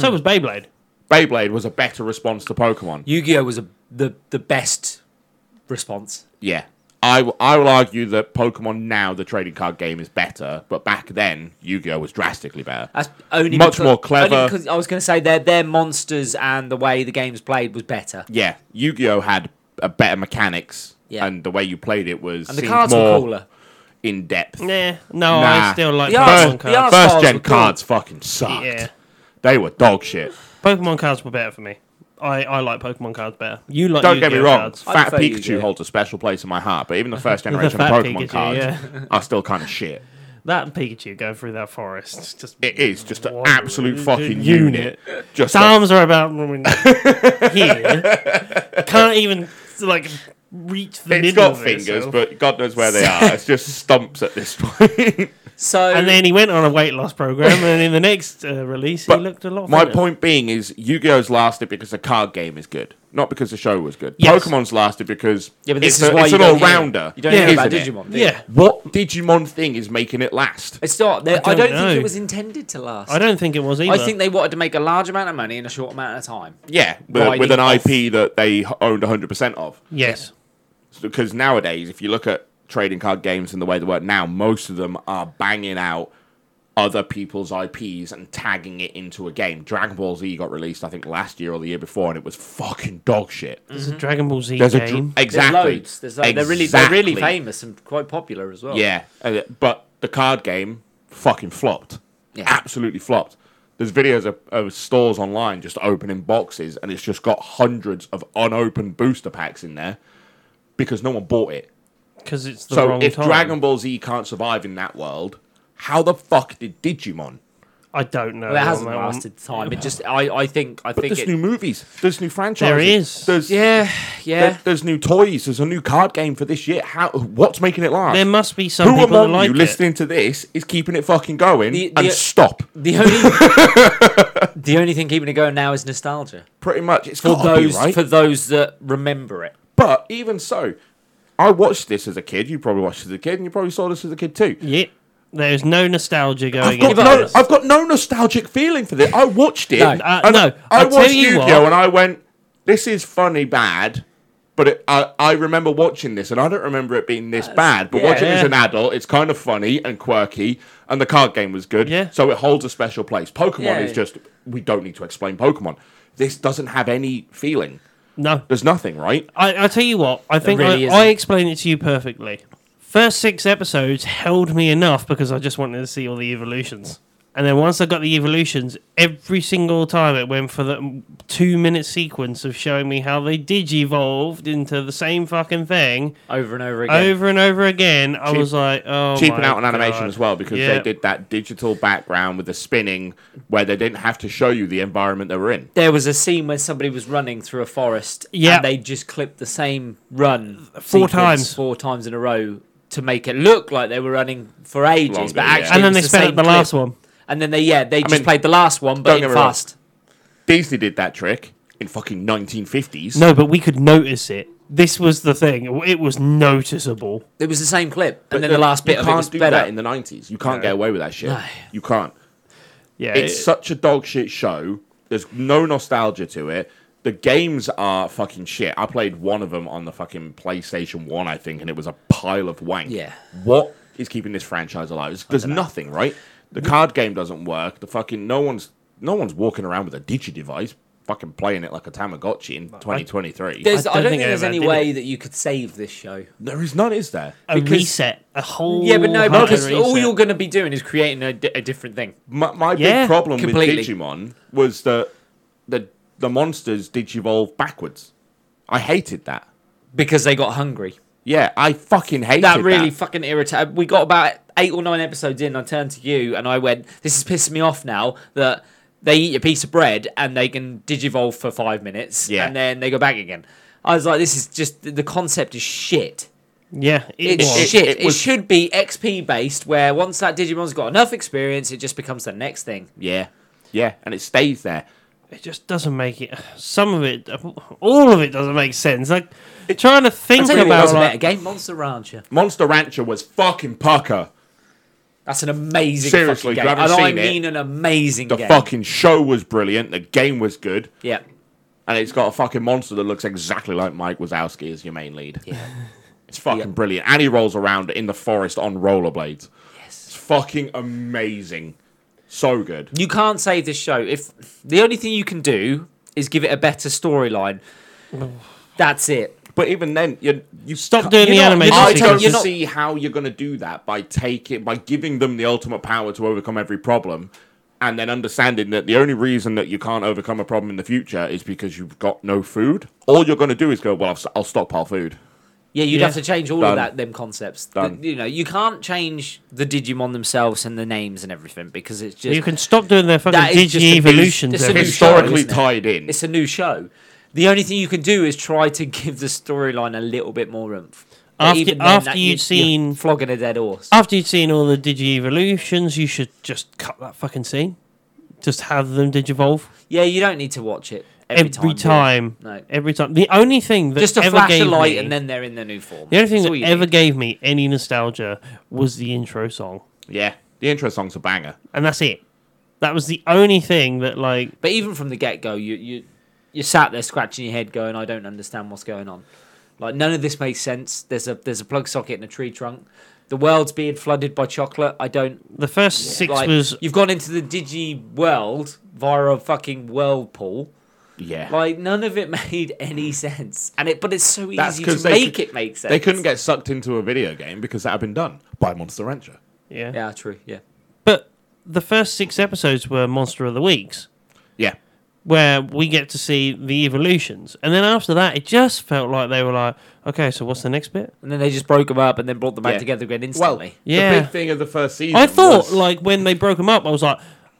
Speaker 2: So was Beyblade.
Speaker 3: Beyblade was a better response to Pokemon.
Speaker 1: Yu-Gi-Oh was a, the the best response.
Speaker 3: Yeah. I, w- I will argue that Pokemon now, the trading card game, is better, but back then, Yu Gi Oh! was drastically better.
Speaker 1: That's only
Speaker 3: Much
Speaker 1: becau-
Speaker 3: more clever.
Speaker 1: only because I was going to say their their monsters and the way the game's played was better.
Speaker 3: yeah, Yu Gi Oh! had a better mechanics,
Speaker 1: Yeah.
Speaker 3: and the way you played it was
Speaker 1: And the
Speaker 3: seemed
Speaker 1: cards
Speaker 3: more
Speaker 1: were cooler.
Speaker 3: in depth.
Speaker 2: Nah, no,
Speaker 3: Nah.
Speaker 2: I still like
Speaker 1: The
Speaker 2: Pokemon
Speaker 1: art- the
Speaker 2: cards.
Speaker 1: art-
Speaker 3: First
Speaker 1: styles were
Speaker 3: gen
Speaker 1: cool.
Speaker 3: Uh, cards fucking sucked.
Speaker 2: Yeah.
Speaker 3: They were dog shit.
Speaker 2: Pokemon cards were better for me. I, I like Pokemon cards better. You like
Speaker 3: Don't get me
Speaker 2: Yu-Gi-Oh
Speaker 3: wrong,
Speaker 2: Cards.
Speaker 1: I
Speaker 3: Fat
Speaker 1: prefer
Speaker 3: Pikachu
Speaker 1: Yu-Gi-Oh.
Speaker 3: holds a special place in my heart, but even the first generation of
Speaker 2: fat
Speaker 3: Pokemon
Speaker 2: Pikachu,
Speaker 3: cards
Speaker 2: yeah.
Speaker 3: are still kind of shit.
Speaker 2: That Pikachu going through that forest. is Just
Speaker 3: It is just an
Speaker 2: What
Speaker 3: absolute
Speaker 2: a
Speaker 3: fucking unit.
Speaker 2: unit.
Speaker 3: Just
Speaker 2: His arms are about here. Can't even like reach the
Speaker 3: a, it's
Speaker 2: middle
Speaker 3: got
Speaker 2: of
Speaker 3: fingers,
Speaker 2: itself.
Speaker 3: but God knows where they are. It's just stumps at this point.
Speaker 1: So
Speaker 2: And then he went on a weight loss program, and in the next uh, release, he
Speaker 3: But
Speaker 2: looked a lot.
Speaker 3: My
Speaker 2: thinner.
Speaker 3: point being is Yu-Gi-Oh's lasted because the card game is good, not because the show was good.
Speaker 2: Yes.
Speaker 3: Pokemon's lasted because
Speaker 1: yeah, but this
Speaker 3: it's,
Speaker 1: is
Speaker 3: a-
Speaker 1: why
Speaker 3: it's
Speaker 1: you
Speaker 3: an
Speaker 1: don't hear-
Speaker 3: all-rounder.
Speaker 1: You don't
Speaker 2: Yeah.
Speaker 1: hear about
Speaker 3: isn't it?
Speaker 1: Digimon. do you?
Speaker 2: yeah,
Speaker 3: What Digimon thing is making it last?
Speaker 1: it's not. they- I don't,
Speaker 2: don't
Speaker 1: think
Speaker 2: know.
Speaker 1: it was intended to last.
Speaker 2: I don't think it was either.
Speaker 1: I think they wanted to make a large amount of money in a short amount of time.
Speaker 3: Yeah, with,
Speaker 1: Riding
Speaker 3: with an
Speaker 1: off.
Speaker 3: IP that they h- owned 100% of.
Speaker 2: yes,
Speaker 3: because nowadays, if you look at trading card games and the way they work now, most of them are banging out other people's IPs and tagging it into a game. Dragon Ball Z got released, I think, last year or the year before, and it was fucking dog shit.
Speaker 2: there's
Speaker 1: Mm-hmm.
Speaker 2: a Dragon Ball Z
Speaker 3: There's a dr-
Speaker 2: game.
Speaker 1: There's
Speaker 3: exactly.
Speaker 1: loads. There's like, They're really they're really
Speaker 3: Exactly.
Speaker 1: famous and quite popular as well.
Speaker 3: Yeah, uh, but the card game fucking flopped.
Speaker 1: Yeah.
Speaker 3: Absolutely flopped. There's videos of, of stores online just opening boxes, and it's just got hundreds of unopened booster packs in there because no one bought it.
Speaker 2: Because it's the
Speaker 3: So
Speaker 2: wrong
Speaker 3: if
Speaker 2: time.
Speaker 3: Dragon Ball Z can't survive in that world, how the fuck did Digimon?
Speaker 2: I don't know.
Speaker 1: But it
Speaker 2: on
Speaker 1: hasn't
Speaker 2: that one.
Speaker 1: lasted time. It just I I think I think
Speaker 3: There's
Speaker 1: it,
Speaker 3: new movies. There's new franchises.
Speaker 2: is.
Speaker 3: There's
Speaker 1: yeah yeah.
Speaker 3: there- there's new toys. There's a new card game for this year. How? What's making it last?
Speaker 2: There must be some
Speaker 3: Who
Speaker 2: people that
Speaker 3: among
Speaker 2: like
Speaker 3: you
Speaker 2: it.
Speaker 3: listening to this is keeping it fucking going
Speaker 1: The-
Speaker 3: and
Speaker 1: the-
Speaker 3: stop?
Speaker 1: The only the only thing keeping it going now is nostalgia
Speaker 3: Pretty much, it's
Speaker 1: for
Speaker 3: got to
Speaker 1: those
Speaker 3: be right.
Speaker 1: for those that remember it.
Speaker 3: But even so, I watched this as a kid. You probably watched it as a kid, and you probably saw this as a kid too.
Speaker 2: Yeah, there's no nostalgia
Speaker 3: I've
Speaker 2: going.
Speaker 3: got,
Speaker 2: into
Speaker 3: no,
Speaker 2: this.
Speaker 3: I've got no nostalgic feeling for this. I watched it.
Speaker 1: No,
Speaker 2: uh,
Speaker 3: and
Speaker 2: no,
Speaker 3: I,
Speaker 2: I tell
Speaker 3: watched
Speaker 2: you
Speaker 3: Yu Gi
Speaker 2: what.
Speaker 3: Oh! and I went, this is funny bad, but it, I, I remember watching this and I don't remember it being this bad, but
Speaker 1: yeah.
Speaker 3: watching it as
Speaker 2: Uh, Yeah.
Speaker 3: an adult, it's kind of funny and quirky, and the card game was good,
Speaker 2: Yeah.
Speaker 3: so it holds a special place. Pokemon
Speaker 1: Yeah.
Speaker 3: is just, we don't need to explain Pokemon. This doesn't have any feeling.
Speaker 2: no.
Speaker 3: There's nothing, right?
Speaker 2: I, I tell you what, I think
Speaker 1: really isn't.
Speaker 2: I, I explained it to you perfectly. First six episodes held me enough because I just wanted to see all the evolutions. And then once I got the evolutions, every single time it went for the two minute sequence of showing me how they digivolved into the same fucking thing
Speaker 1: Over and over again.
Speaker 2: over and over again. I
Speaker 3: Cheap-
Speaker 2: was like, oh,
Speaker 3: cheaping
Speaker 2: my
Speaker 3: out on animation
Speaker 2: God.
Speaker 3: as well because
Speaker 2: Yeah.
Speaker 3: they did that digital background with the spinning where they didn't have to show you the environment they were in.
Speaker 1: There was a scene where somebody was running through a forest,
Speaker 2: Yeah.
Speaker 1: and they just clipped the same run
Speaker 2: Four
Speaker 1: sequence
Speaker 2: times.
Speaker 1: four times in a row to make it look like they were running for ages,
Speaker 3: Longer,
Speaker 1: but
Speaker 3: yeah.
Speaker 1: actually,
Speaker 2: And
Speaker 1: it
Speaker 2: then
Speaker 1: was
Speaker 2: they
Speaker 1: the
Speaker 2: sped
Speaker 1: same
Speaker 2: up the
Speaker 1: clip.
Speaker 2: last one.
Speaker 1: And then they yeah they just
Speaker 3: mean,
Speaker 1: played the last one,
Speaker 3: don't
Speaker 1: but
Speaker 3: get
Speaker 1: in
Speaker 3: me wrong.
Speaker 1: fast.
Speaker 3: Disney did that trick in fucking 1950s.
Speaker 2: No, but we could notice it. This was the thing. It was noticeable.
Speaker 1: It was the same clip, and then
Speaker 3: You
Speaker 1: the last bit of it
Speaker 3: can't
Speaker 1: was
Speaker 3: do
Speaker 1: better.
Speaker 3: that in the 90s. You can't get away with that shit.
Speaker 1: No.
Speaker 3: You can't.
Speaker 2: Yeah.
Speaker 3: It's
Speaker 2: it-
Speaker 3: such a dog shit show. There's no nostalgia to it. The games are fucking shit. I played one of them on the fucking PlayStation 1, I think, and it was a pile of wank.
Speaker 1: Yeah.
Speaker 3: What is keeping this franchise alive? There's- There's nothing, right? The card game doesn't work. The fucking no one's no one's walking around with a digi device, fucking playing it like a Tamagotchi in 2023.
Speaker 1: There's, I don't,
Speaker 2: I don't
Speaker 1: think
Speaker 2: think
Speaker 1: there's
Speaker 2: I ever
Speaker 1: any
Speaker 2: did
Speaker 1: way that you could save this show.
Speaker 3: there is none, is there?
Speaker 2: a
Speaker 1: because-
Speaker 2: reset, a whole
Speaker 1: Yeah, but no,
Speaker 2: hard
Speaker 1: because all
Speaker 2: reset.
Speaker 1: you're going to be doing is creating a, di- a different thing.
Speaker 3: My, my
Speaker 2: Yeah,
Speaker 3: big problem
Speaker 1: completely.
Speaker 3: with Digimon was that the the monsters digivolve backwards. I hated that.
Speaker 1: because they got hungry.
Speaker 3: Yeah, I fucking hated that.
Speaker 1: That really fucking irritated. We got about eight or nine episodes in. I turned to you and I went, "This is pissing me off now that they eat a piece of bread and they can digivolve for five minutes
Speaker 3: Yeah.
Speaker 1: and then they go back again." I was like, "This is just the concept is shit.
Speaker 2: Yeah, it,
Speaker 1: It's
Speaker 2: was.
Speaker 3: it-
Speaker 1: shit. It,
Speaker 3: it was-
Speaker 1: should be XP based, where once that Digimon's got enough experience, it just becomes the next thing."
Speaker 3: yeah, yeah, and it stays there.
Speaker 2: It just doesn't make it. Some of it, all of it doesn't make sense. Like trying to
Speaker 1: I
Speaker 2: think
Speaker 1: tell you what was
Speaker 2: about
Speaker 1: a better
Speaker 2: like,
Speaker 1: game, Monster Rancher.
Speaker 3: Monster Rancher was fucking pucker.
Speaker 1: That's an amazing
Speaker 3: Seriously,
Speaker 1: fucking
Speaker 3: you
Speaker 1: game.
Speaker 3: haven't
Speaker 1: and I
Speaker 3: seen it.
Speaker 1: mean an amazing
Speaker 3: The
Speaker 1: game.
Speaker 3: fucking show was brilliant. The game was good,
Speaker 1: Yeah.
Speaker 3: and it's got a fucking monster that looks exactly like Mike Wazowski as your main lead.
Speaker 1: Yeah.
Speaker 3: It's fucking brilliant. And he rolls around in the forest on rollerblades. Yes. It's fucking amazing. So good.
Speaker 1: You can't save this show. If the only thing you can do is give it a better storyline, that's it.
Speaker 3: But even then, you you
Speaker 2: Stop
Speaker 3: ca-
Speaker 2: doing
Speaker 1: you're
Speaker 2: the
Speaker 1: not-
Speaker 2: animation
Speaker 1: you're
Speaker 3: I
Speaker 1: not-
Speaker 3: don't
Speaker 2: sequences.
Speaker 1: you're not-
Speaker 3: see how you're going to do that by taking by giving them the ultimate power to overcome every problem, and then understanding that the only reason that you can't overcome a problem in the future is because you've got no food. All you're going to do is go, well, I'll, s- I'll stockpile food.
Speaker 1: Yeah, you'd
Speaker 2: Yeah.
Speaker 1: have to change all of
Speaker 3: Done.
Speaker 1: that them concepts.
Speaker 3: Done.
Speaker 1: You know, you can't change the Digimon themselves and the names and everything because it's just
Speaker 2: You can stop doing their fucking
Speaker 1: That is just a
Speaker 2: digi
Speaker 1: big-
Speaker 2: evolutions.
Speaker 1: just a
Speaker 2: every
Speaker 1: big
Speaker 2: time.
Speaker 1: story.
Speaker 3: Historically
Speaker 1: isn't it?
Speaker 3: tied in.
Speaker 1: it's a new show. The only thing you can do is try to give the storyline a little bit more oomph. But
Speaker 2: After-
Speaker 1: even
Speaker 2: after
Speaker 1: that-
Speaker 2: you'd
Speaker 1: you're
Speaker 2: seen-
Speaker 1: flogging a dead horse.
Speaker 2: After you'd seen all the digi evolutions, you should just cut that fucking scene. Just have them digivolve
Speaker 1: Yeah, you don't need to watch it every,
Speaker 2: every,
Speaker 1: do you?
Speaker 2: time.
Speaker 1: No.
Speaker 2: Every time. The only thing that
Speaker 1: Just a
Speaker 2: ever
Speaker 1: flash
Speaker 2: gave
Speaker 1: of light,
Speaker 2: me,
Speaker 1: and then they're in their new form.
Speaker 2: the only thing
Speaker 1: That's all
Speaker 2: that
Speaker 1: you
Speaker 2: ever
Speaker 1: need.
Speaker 2: gave me any nostalgia was the intro song,
Speaker 3: Yeah, the intro song's a banger.
Speaker 2: and that's it. That was the only thing that like
Speaker 1: But even from the get go, you you you sat there scratching your head, going, "I don't understand what's going on. Like none of this makes sense. There's a there's a plug socket in a tree trunk. The world's being flooded by chocolate. I don't
Speaker 2: the first six
Speaker 1: like.
Speaker 2: was
Speaker 1: You've gone into the digi world via a fucking whirlpool.
Speaker 3: Yeah.
Speaker 1: Like none of it made any sense. And it, but it's so easy
Speaker 3: That's
Speaker 1: to
Speaker 3: 'cause they
Speaker 1: make
Speaker 3: could-
Speaker 1: it make sense.
Speaker 3: They couldn't get sucked into a video game because that had been done by Monster Rancher.
Speaker 2: yeah.
Speaker 1: Yeah, true. Yeah.
Speaker 2: But the first six episodes were Monster of the Weeks,
Speaker 3: Yeah.
Speaker 2: where we get to see the evolutions. And then after that, it just felt like they were like, okay, so what's the next bit?
Speaker 1: And then they just broke them up and then brought them back
Speaker 3: Yeah.
Speaker 1: together again
Speaker 3: Well,
Speaker 1: instantly.
Speaker 2: Yeah.
Speaker 3: the big thing of the first season.
Speaker 2: I thought,
Speaker 3: was-
Speaker 2: like, when they broke them up, I was like,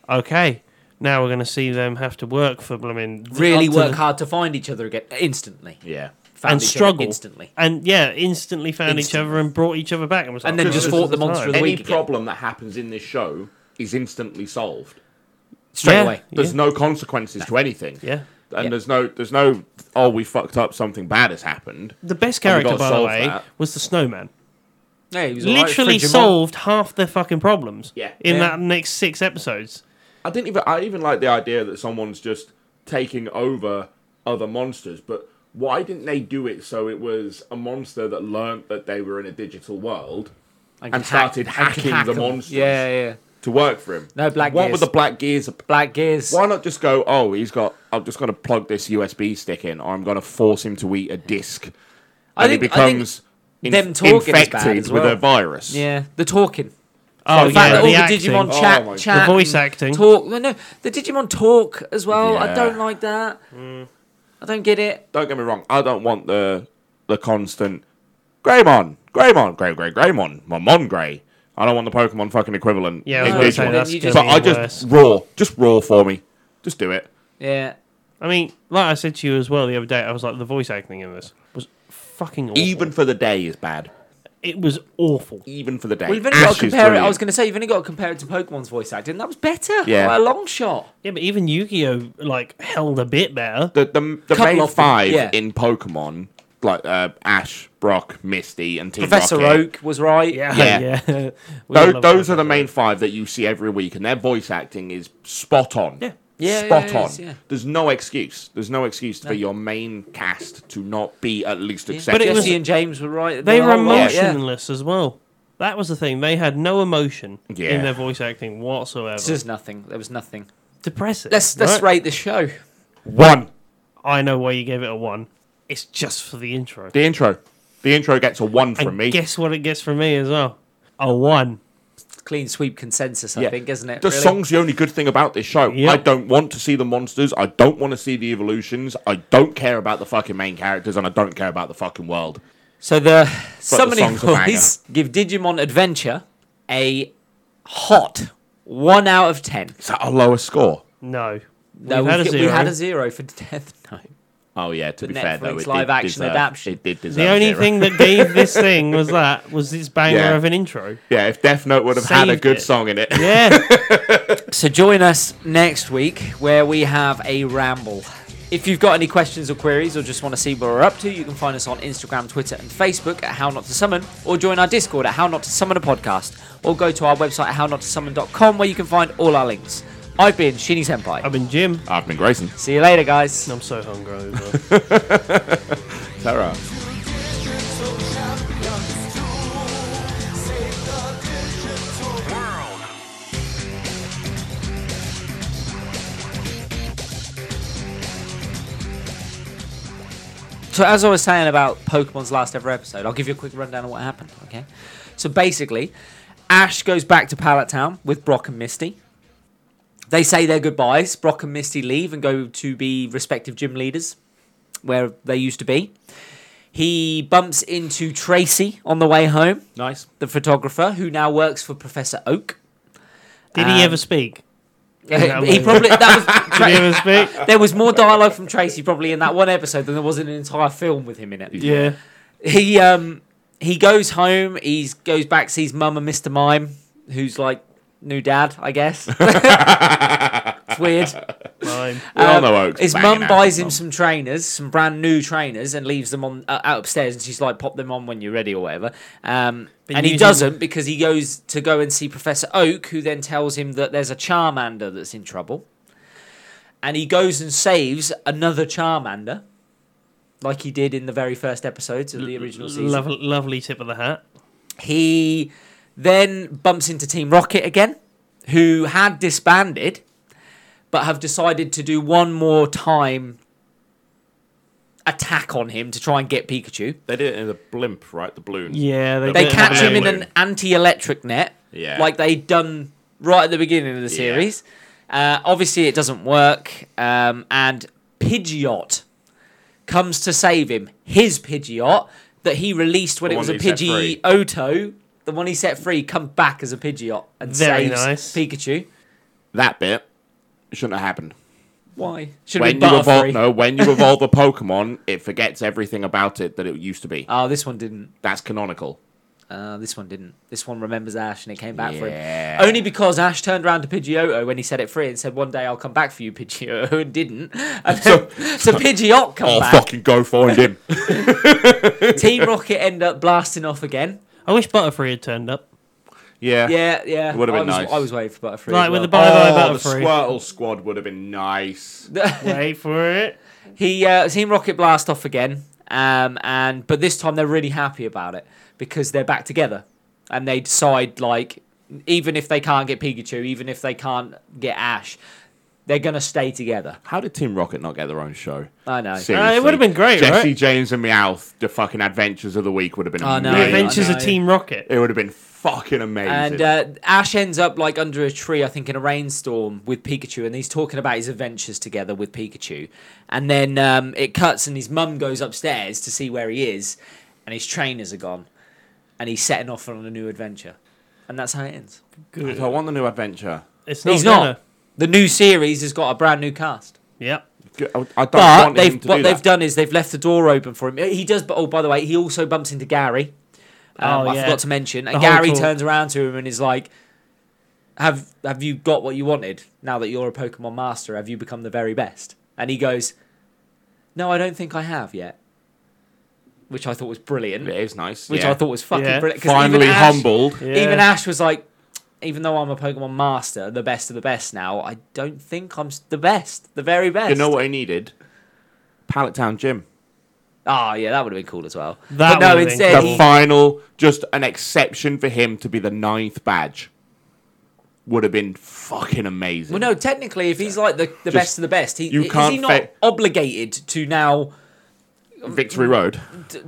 Speaker 2: okay, now we're going to see them have to work for blooming.
Speaker 1: really
Speaker 2: up to
Speaker 1: work
Speaker 2: the-
Speaker 1: hard to find each other again instantly.
Speaker 3: Yeah.
Speaker 1: Found
Speaker 2: and
Speaker 1: each other
Speaker 2: struggle.
Speaker 1: instantly.
Speaker 2: And yeah, instantly found each
Speaker 1: Instantly.
Speaker 2: other and brought each other back. And, was
Speaker 1: And
Speaker 2: like,
Speaker 1: then
Speaker 2: "Oh,
Speaker 1: just
Speaker 2: this
Speaker 1: fought
Speaker 2: is
Speaker 1: the monster
Speaker 2: time."
Speaker 1: of the
Speaker 3: Any
Speaker 1: week again.
Speaker 3: problem that happens in this show is instantly solved.
Speaker 1: Straight
Speaker 2: Yeah.
Speaker 1: away.
Speaker 3: There's
Speaker 2: Yeah.
Speaker 3: no consequences to anything.
Speaker 2: Yeah.
Speaker 3: And
Speaker 1: Yeah.
Speaker 3: there's no there's no oh we fucked up something bad has happened.
Speaker 2: The best
Speaker 3: Oh, we
Speaker 2: character,
Speaker 3: gotta
Speaker 2: by the
Speaker 3: solve
Speaker 2: way,
Speaker 3: that.
Speaker 2: was the snowman.
Speaker 1: Yeah, he was alright,
Speaker 2: Literally
Speaker 1: Fridgemont.
Speaker 2: solved half their fucking problems
Speaker 3: Yeah.
Speaker 2: in
Speaker 1: Yeah.
Speaker 2: that next six episodes.
Speaker 3: I didn't even I even like the idea that someone's just taking over other monsters, but why didn't they do it so it was a monster that learnt that they were in a digital world
Speaker 1: And,
Speaker 3: and
Speaker 1: can hack- and
Speaker 3: started
Speaker 1: can
Speaker 3: hacking
Speaker 1: hack
Speaker 3: the
Speaker 1: 'em.
Speaker 3: monsters.
Speaker 1: Yeah, yeah.
Speaker 3: to work for him?
Speaker 1: No Black
Speaker 3: What
Speaker 1: Gears.
Speaker 3: were the black gears
Speaker 1: Black Gears.
Speaker 3: Why not just go, oh, he's got, I'm just going to plug this USB stick in, or I'm going to force him to eat a disc. And
Speaker 1: I
Speaker 3: it
Speaker 1: think- I think
Speaker 3: becomes in-
Speaker 1: them talking is bad
Speaker 3: infected
Speaker 1: as
Speaker 3: with
Speaker 1: well.
Speaker 3: a virus.
Speaker 1: Yeah, the talking.
Speaker 2: Oh,
Speaker 1: the fact
Speaker 2: yeah,
Speaker 1: that all
Speaker 2: the
Speaker 1: the
Speaker 2: acting.
Speaker 1: Digimon
Speaker 3: Oh
Speaker 1: chat,
Speaker 3: my God.
Speaker 1: chat
Speaker 2: The voice
Speaker 1: and
Speaker 2: acting.
Speaker 1: talk. No, no, the Digimon talk as well. I
Speaker 3: Yeah.
Speaker 1: don't like that. I don't get it.
Speaker 3: Don't get me wrong, I don't want the the constant Greymon, Greymon, Grey, Grey, Greymon, Mon Grey. I don't want the Pokemon fucking equivalent.
Speaker 2: Yeah, I
Speaker 3: in
Speaker 2: was going to say
Speaker 3: visual.
Speaker 1: Individual.
Speaker 2: that's
Speaker 1: Then you
Speaker 2: gonna
Speaker 3: But
Speaker 2: be
Speaker 3: I just
Speaker 2: worse.
Speaker 3: raw, just raw for me. Just do it.
Speaker 1: Yeah,
Speaker 2: I mean, like I said to you as well the other day, I was like, the voice acting in this was fucking awful.
Speaker 3: Even for the day is bad.
Speaker 2: it was awful.
Speaker 3: Even for the day.
Speaker 1: well, you've only got
Speaker 3: Ash
Speaker 1: to
Speaker 3: is
Speaker 1: compare it. I
Speaker 3: brilliant.
Speaker 1: was going to say you've only got to compare it to Pokemon's voice acting. That was better.
Speaker 3: Yeah.
Speaker 1: by a long shot.
Speaker 2: Yeah, but even Yu-Gi-Oh like held a bit better.
Speaker 3: the the, the
Speaker 1: Couple
Speaker 3: main
Speaker 1: of them,
Speaker 3: five
Speaker 1: yeah.
Speaker 3: in Pokemon, like uh, Ash, Brock, Misty, and Team
Speaker 1: Professor
Speaker 3: Rocket.
Speaker 1: Oak was right.
Speaker 3: Yeah.
Speaker 2: yeah. We all
Speaker 3: Those,
Speaker 2: love
Speaker 3: those
Speaker 2: that.
Speaker 3: are the main five that you see every week, and their voice acting is spot on.
Speaker 2: Yeah.
Speaker 1: Yeah, yeah,
Speaker 3: spot
Speaker 1: yeah,
Speaker 3: on.
Speaker 1: it's- yeah.
Speaker 3: There's no excuse. There's no excuse for your main cast to not be at least
Speaker 1: But
Speaker 3: accepted.
Speaker 1: it
Speaker 2: it was-
Speaker 1: Jesse and James were right.
Speaker 2: They
Speaker 1: the
Speaker 2: were
Speaker 1: whole lot, yeah.
Speaker 2: emotionless as well. That was the thing. They had no emotion
Speaker 3: Yeah.
Speaker 2: in their voice acting whatsoever.
Speaker 1: This is nothing. There was nothing.
Speaker 2: depressing.
Speaker 1: Let's let's
Speaker 2: right?
Speaker 1: rate the show.
Speaker 3: one.
Speaker 2: I know why you gave it a one. It's just for the intro.
Speaker 3: The intro. The intro gets a one from
Speaker 2: and
Speaker 3: me.
Speaker 2: guess what it gets from me as well? A one.
Speaker 1: Clean sweep consensus, I
Speaker 3: Yeah.
Speaker 1: think, isn't it?
Speaker 3: The
Speaker 1: really?
Speaker 3: song's the only good thing about this show.
Speaker 2: Yep.
Speaker 3: I don't want to see the monsters. I don't want to see the evolutions. I don't care about the fucking main characters, and I don't care about the fucking world.
Speaker 1: So the summoning
Speaker 3: song's a banger.
Speaker 1: boys give Digimon Adventure a hot one out of ten.
Speaker 3: Is that our lowest score?
Speaker 2: No.
Speaker 1: No,
Speaker 2: We've had a
Speaker 1: g-
Speaker 2: zero.
Speaker 1: we had a zero for Death Note.
Speaker 3: Oh yeah, to
Speaker 1: The
Speaker 3: be fair though,
Speaker 1: Netflix
Speaker 3: it
Speaker 1: live
Speaker 3: did
Speaker 1: action
Speaker 3: deserve,
Speaker 1: adaption.
Speaker 3: It did deserve
Speaker 2: The only
Speaker 3: zero.
Speaker 2: thing that gave this thing was that was this banger
Speaker 3: Yeah.
Speaker 2: of an intro.
Speaker 3: Yeah, if Death Note would have had a
Speaker 2: Saved
Speaker 3: good
Speaker 2: it.
Speaker 3: song in it.
Speaker 2: Yeah,
Speaker 1: So join us next week where we have a ramble. If you've got any questions or queries or just want to see what we're up to, you can find us on Instagram, Twitter, and Facebook at How Not to Summon, or join our Discord at How Not to Summon a Podcast, or go to our website at hownotosummon.com where you can find all our links. I've been Shinny Senpai.
Speaker 2: I've been Jim.
Speaker 3: I've been Grayson.
Speaker 1: See you later, guys.
Speaker 2: I'm so hungover.
Speaker 3: Terror.
Speaker 4: Digital champion.
Speaker 1: So as I was saying about Pokemon's last ever episode, I'll give you a quick rundown of what happened. Okay. So basically, Ash goes back to Pallet Town with Brock and Misty. They say their goodbyes. Brock and Misty leave and go to be respective gym leaders, where they used to be. He bumps into Tracy on the way home,
Speaker 3: Nice.
Speaker 1: the photographer who now works for Professor Oak.
Speaker 2: Did
Speaker 1: Um,
Speaker 2: he ever speak? that
Speaker 1: he
Speaker 2: one.
Speaker 1: probably that was
Speaker 2: Did he ever speak?
Speaker 1: there was more dialogue from Tracy probably in that one episode than there was in an entire film with him in it.
Speaker 2: Yeah.
Speaker 1: He um he goes home. He goes back sees mum and Mister Mime, who's like new dad, I guess. it's weird.
Speaker 2: Mime.
Speaker 3: We all
Speaker 1: Um,
Speaker 3: know Oak's
Speaker 1: His
Speaker 3: banging
Speaker 1: mum
Speaker 3: out
Speaker 1: buys
Speaker 3: his
Speaker 1: him
Speaker 3: mum.
Speaker 1: some trainers, some brand new trainers, and leaves them on uh, out upstairs. And she's like, "Pop them on when you're ready, or whatever." Um,
Speaker 2: Been
Speaker 1: and he
Speaker 2: using-
Speaker 1: doesn't because he goes to go and see Professor Oak, who then tells him that there's a Charmander that's in trouble. And he goes and saves another Charmander, like he did in the very first episodes of the original season.
Speaker 2: Lovely, lovely tip of the hat.
Speaker 1: He then bumps into Team Rocket again, who had disbanded, but have decided to do one more time attack on him to try and get Pikachu.
Speaker 3: They did it in the blimp, right? The balloon.
Speaker 2: Yeah, they,
Speaker 1: They
Speaker 2: did.
Speaker 1: catch him in
Speaker 3: balloon.
Speaker 1: an anti-electric net,
Speaker 3: Yeah.
Speaker 1: like they'd done right at the beginning of the
Speaker 3: Yeah.
Speaker 1: series. Uh, obviously, it doesn't work, um, and Pidgeot comes to save him. His Pidgeot that he released when
Speaker 3: The
Speaker 1: it
Speaker 3: one
Speaker 1: was a
Speaker 3: that he set free.
Speaker 1: Pidgeotto, the one he set free, comes back as a Pidgeot and
Speaker 2: Very
Speaker 1: saves
Speaker 2: nice.
Speaker 1: Pikachu.
Speaker 3: That bit shouldn't have happened.
Speaker 1: Why should it
Speaker 3: When
Speaker 1: be
Speaker 3: you evolve,
Speaker 1: Butterfree?
Speaker 3: no, when you evolve a Pokemon, it forgets everything about it that it used to be.
Speaker 1: Oh, this one didn't.
Speaker 3: That's canonical.
Speaker 1: Uh, this one didn't. This one remembers Ash and it came back for
Speaker 3: Yeah.
Speaker 1: him. Only because Ash turned around to Pidgeotto when he set it free and said, One day I'll come back for you, Pidgeotto, and didn't. And
Speaker 3: So-
Speaker 1: then- so, Pidgeot come
Speaker 3: I'll
Speaker 1: back.
Speaker 3: Oh, fucking go find him.
Speaker 1: Team Rocket end up blasting off again.
Speaker 2: I wish Butterfree had turned up.
Speaker 3: yeah.
Speaker 1: Yeah, yeah.
Speaker 3: It would've been
Speaker 1: I was,
Speaker 3: nice.
Speaker 1: I was waiting for Butterfree.
Speaker 2: Like
Speaker 1: as
Speaker 2: with
Speaker 1: well.
Speaker 2: the bike. Bye bye,
Speaker 3: oh, the
Speaker 2: Butterfree.
Speaker 3: Squirtle Squad would have been nice.
Speaker 2: Wait for it.
Speaker 1: He uh, Team Rocket blast off again, um, and but this time they're really happy about it because they're back together, and they decide like even if they can't get Pikachu, even if they can't get Ash, they're gonna stay together.
Speaker 3: How did Team Rocket not get their own show?
Speaker 1: I know.
Speaker 3: Seriously.
Speaker 2: Uh, it would've been great,
Speaker 3: Jesse
Speaker 2: right?
Speaker 3: James and Meowth, the fucking Adventures of the Week would have been
Speaker 1: Oh, no.
Speaker 3: amazing.
Speaker 2: The
Speaker 1: Yeah,
Speaker 2: Adventures
Speaker 1: I
Speaker 2: of
Speaker 1: know.
Speaker 2: Team Rocket.
Speaker 3: It would have been fucking
Speaker 1: And
Speaker 3: amazing.
Speaker 1: uh, Ash ends up like under a tree, I think, in a rainstorm with Pikachu, and he's talking about his adventures together with Pikachu. And then um, it cuts, and his mum goes upstairs to see where he is, and his trainers are gone, and he's setting off on a new adventure. And that's how it ends.
Speaker 3: If I want the new adventure.
Speaker 2: It's not.
Speaker 1: he's
Speaker 2: gonna.
Speaker 1: not. The new series has got a brand new cast.
Speaker 2: Yep.
Speaker 3: I I don't
Speaker 1: But
Speaker 3: want
Speaker 1: they've
Speaker 3: him to
Speaker 1: what
Speaker 3: do
Speaker 1: they've
Speaker 3: that.
Speaker 1: done is they've left the door open for him. He does, but oh, by the way, he also bumps into Gary. Um,
Speaker 2: Oh,
Speaker 1: I
Speaker 2: yeah.
Speaker 1: forgot to mention, and
Speaker 2: The whole
Speaker 1: Gary
Speaker 2: talk.
Speaker 1: turns around to him and is like, "Have have you got what you wanted? Now that you're a Pokemon master, have you become the very best?" And he goes, "No, I don't think I have yet," which I thought was brilliant.
Speaker 3: It is nice.
Speaker 1: Which
Speaker 3: yeah.
Speaker 1: I thought was fucking
Speaker 2: Yeah.
Speaker 1: brilliant. 'cause even
Speaker 3: Finally
Speaker 1: Ash-
Speaker 3: humbled.
Speaker 2: Yeah.
Speaker 1: Even Ash was like, "Even though I'm a Pokemon master, the best of the best now, I don't think I'm s- the best, the very best."
Speaker 3: You know what I needed? Pallet Town Gym.
Speaker 1: Oh, yeah, that would have been cool as well. but
Speaker 2: That
Speaker 1: no,
Speaker 2: would've been
Speaker 1: instead,
Speaker 3: the
Speaker 2: cool.
Speaker 1: he-
Speaker 3: final, just an exception for him to be the ninth badge, would have been fucking amazing.
Speaker 1: well, no, technically, if he's like the, the best of the best, he,
Speaker 3: you
Speaker 1: is he
Speaker 3: can't
Speaker 1: not
Speaker 3: fa-
Speaker 1: obligated to now?
Speaker 3: Victory Road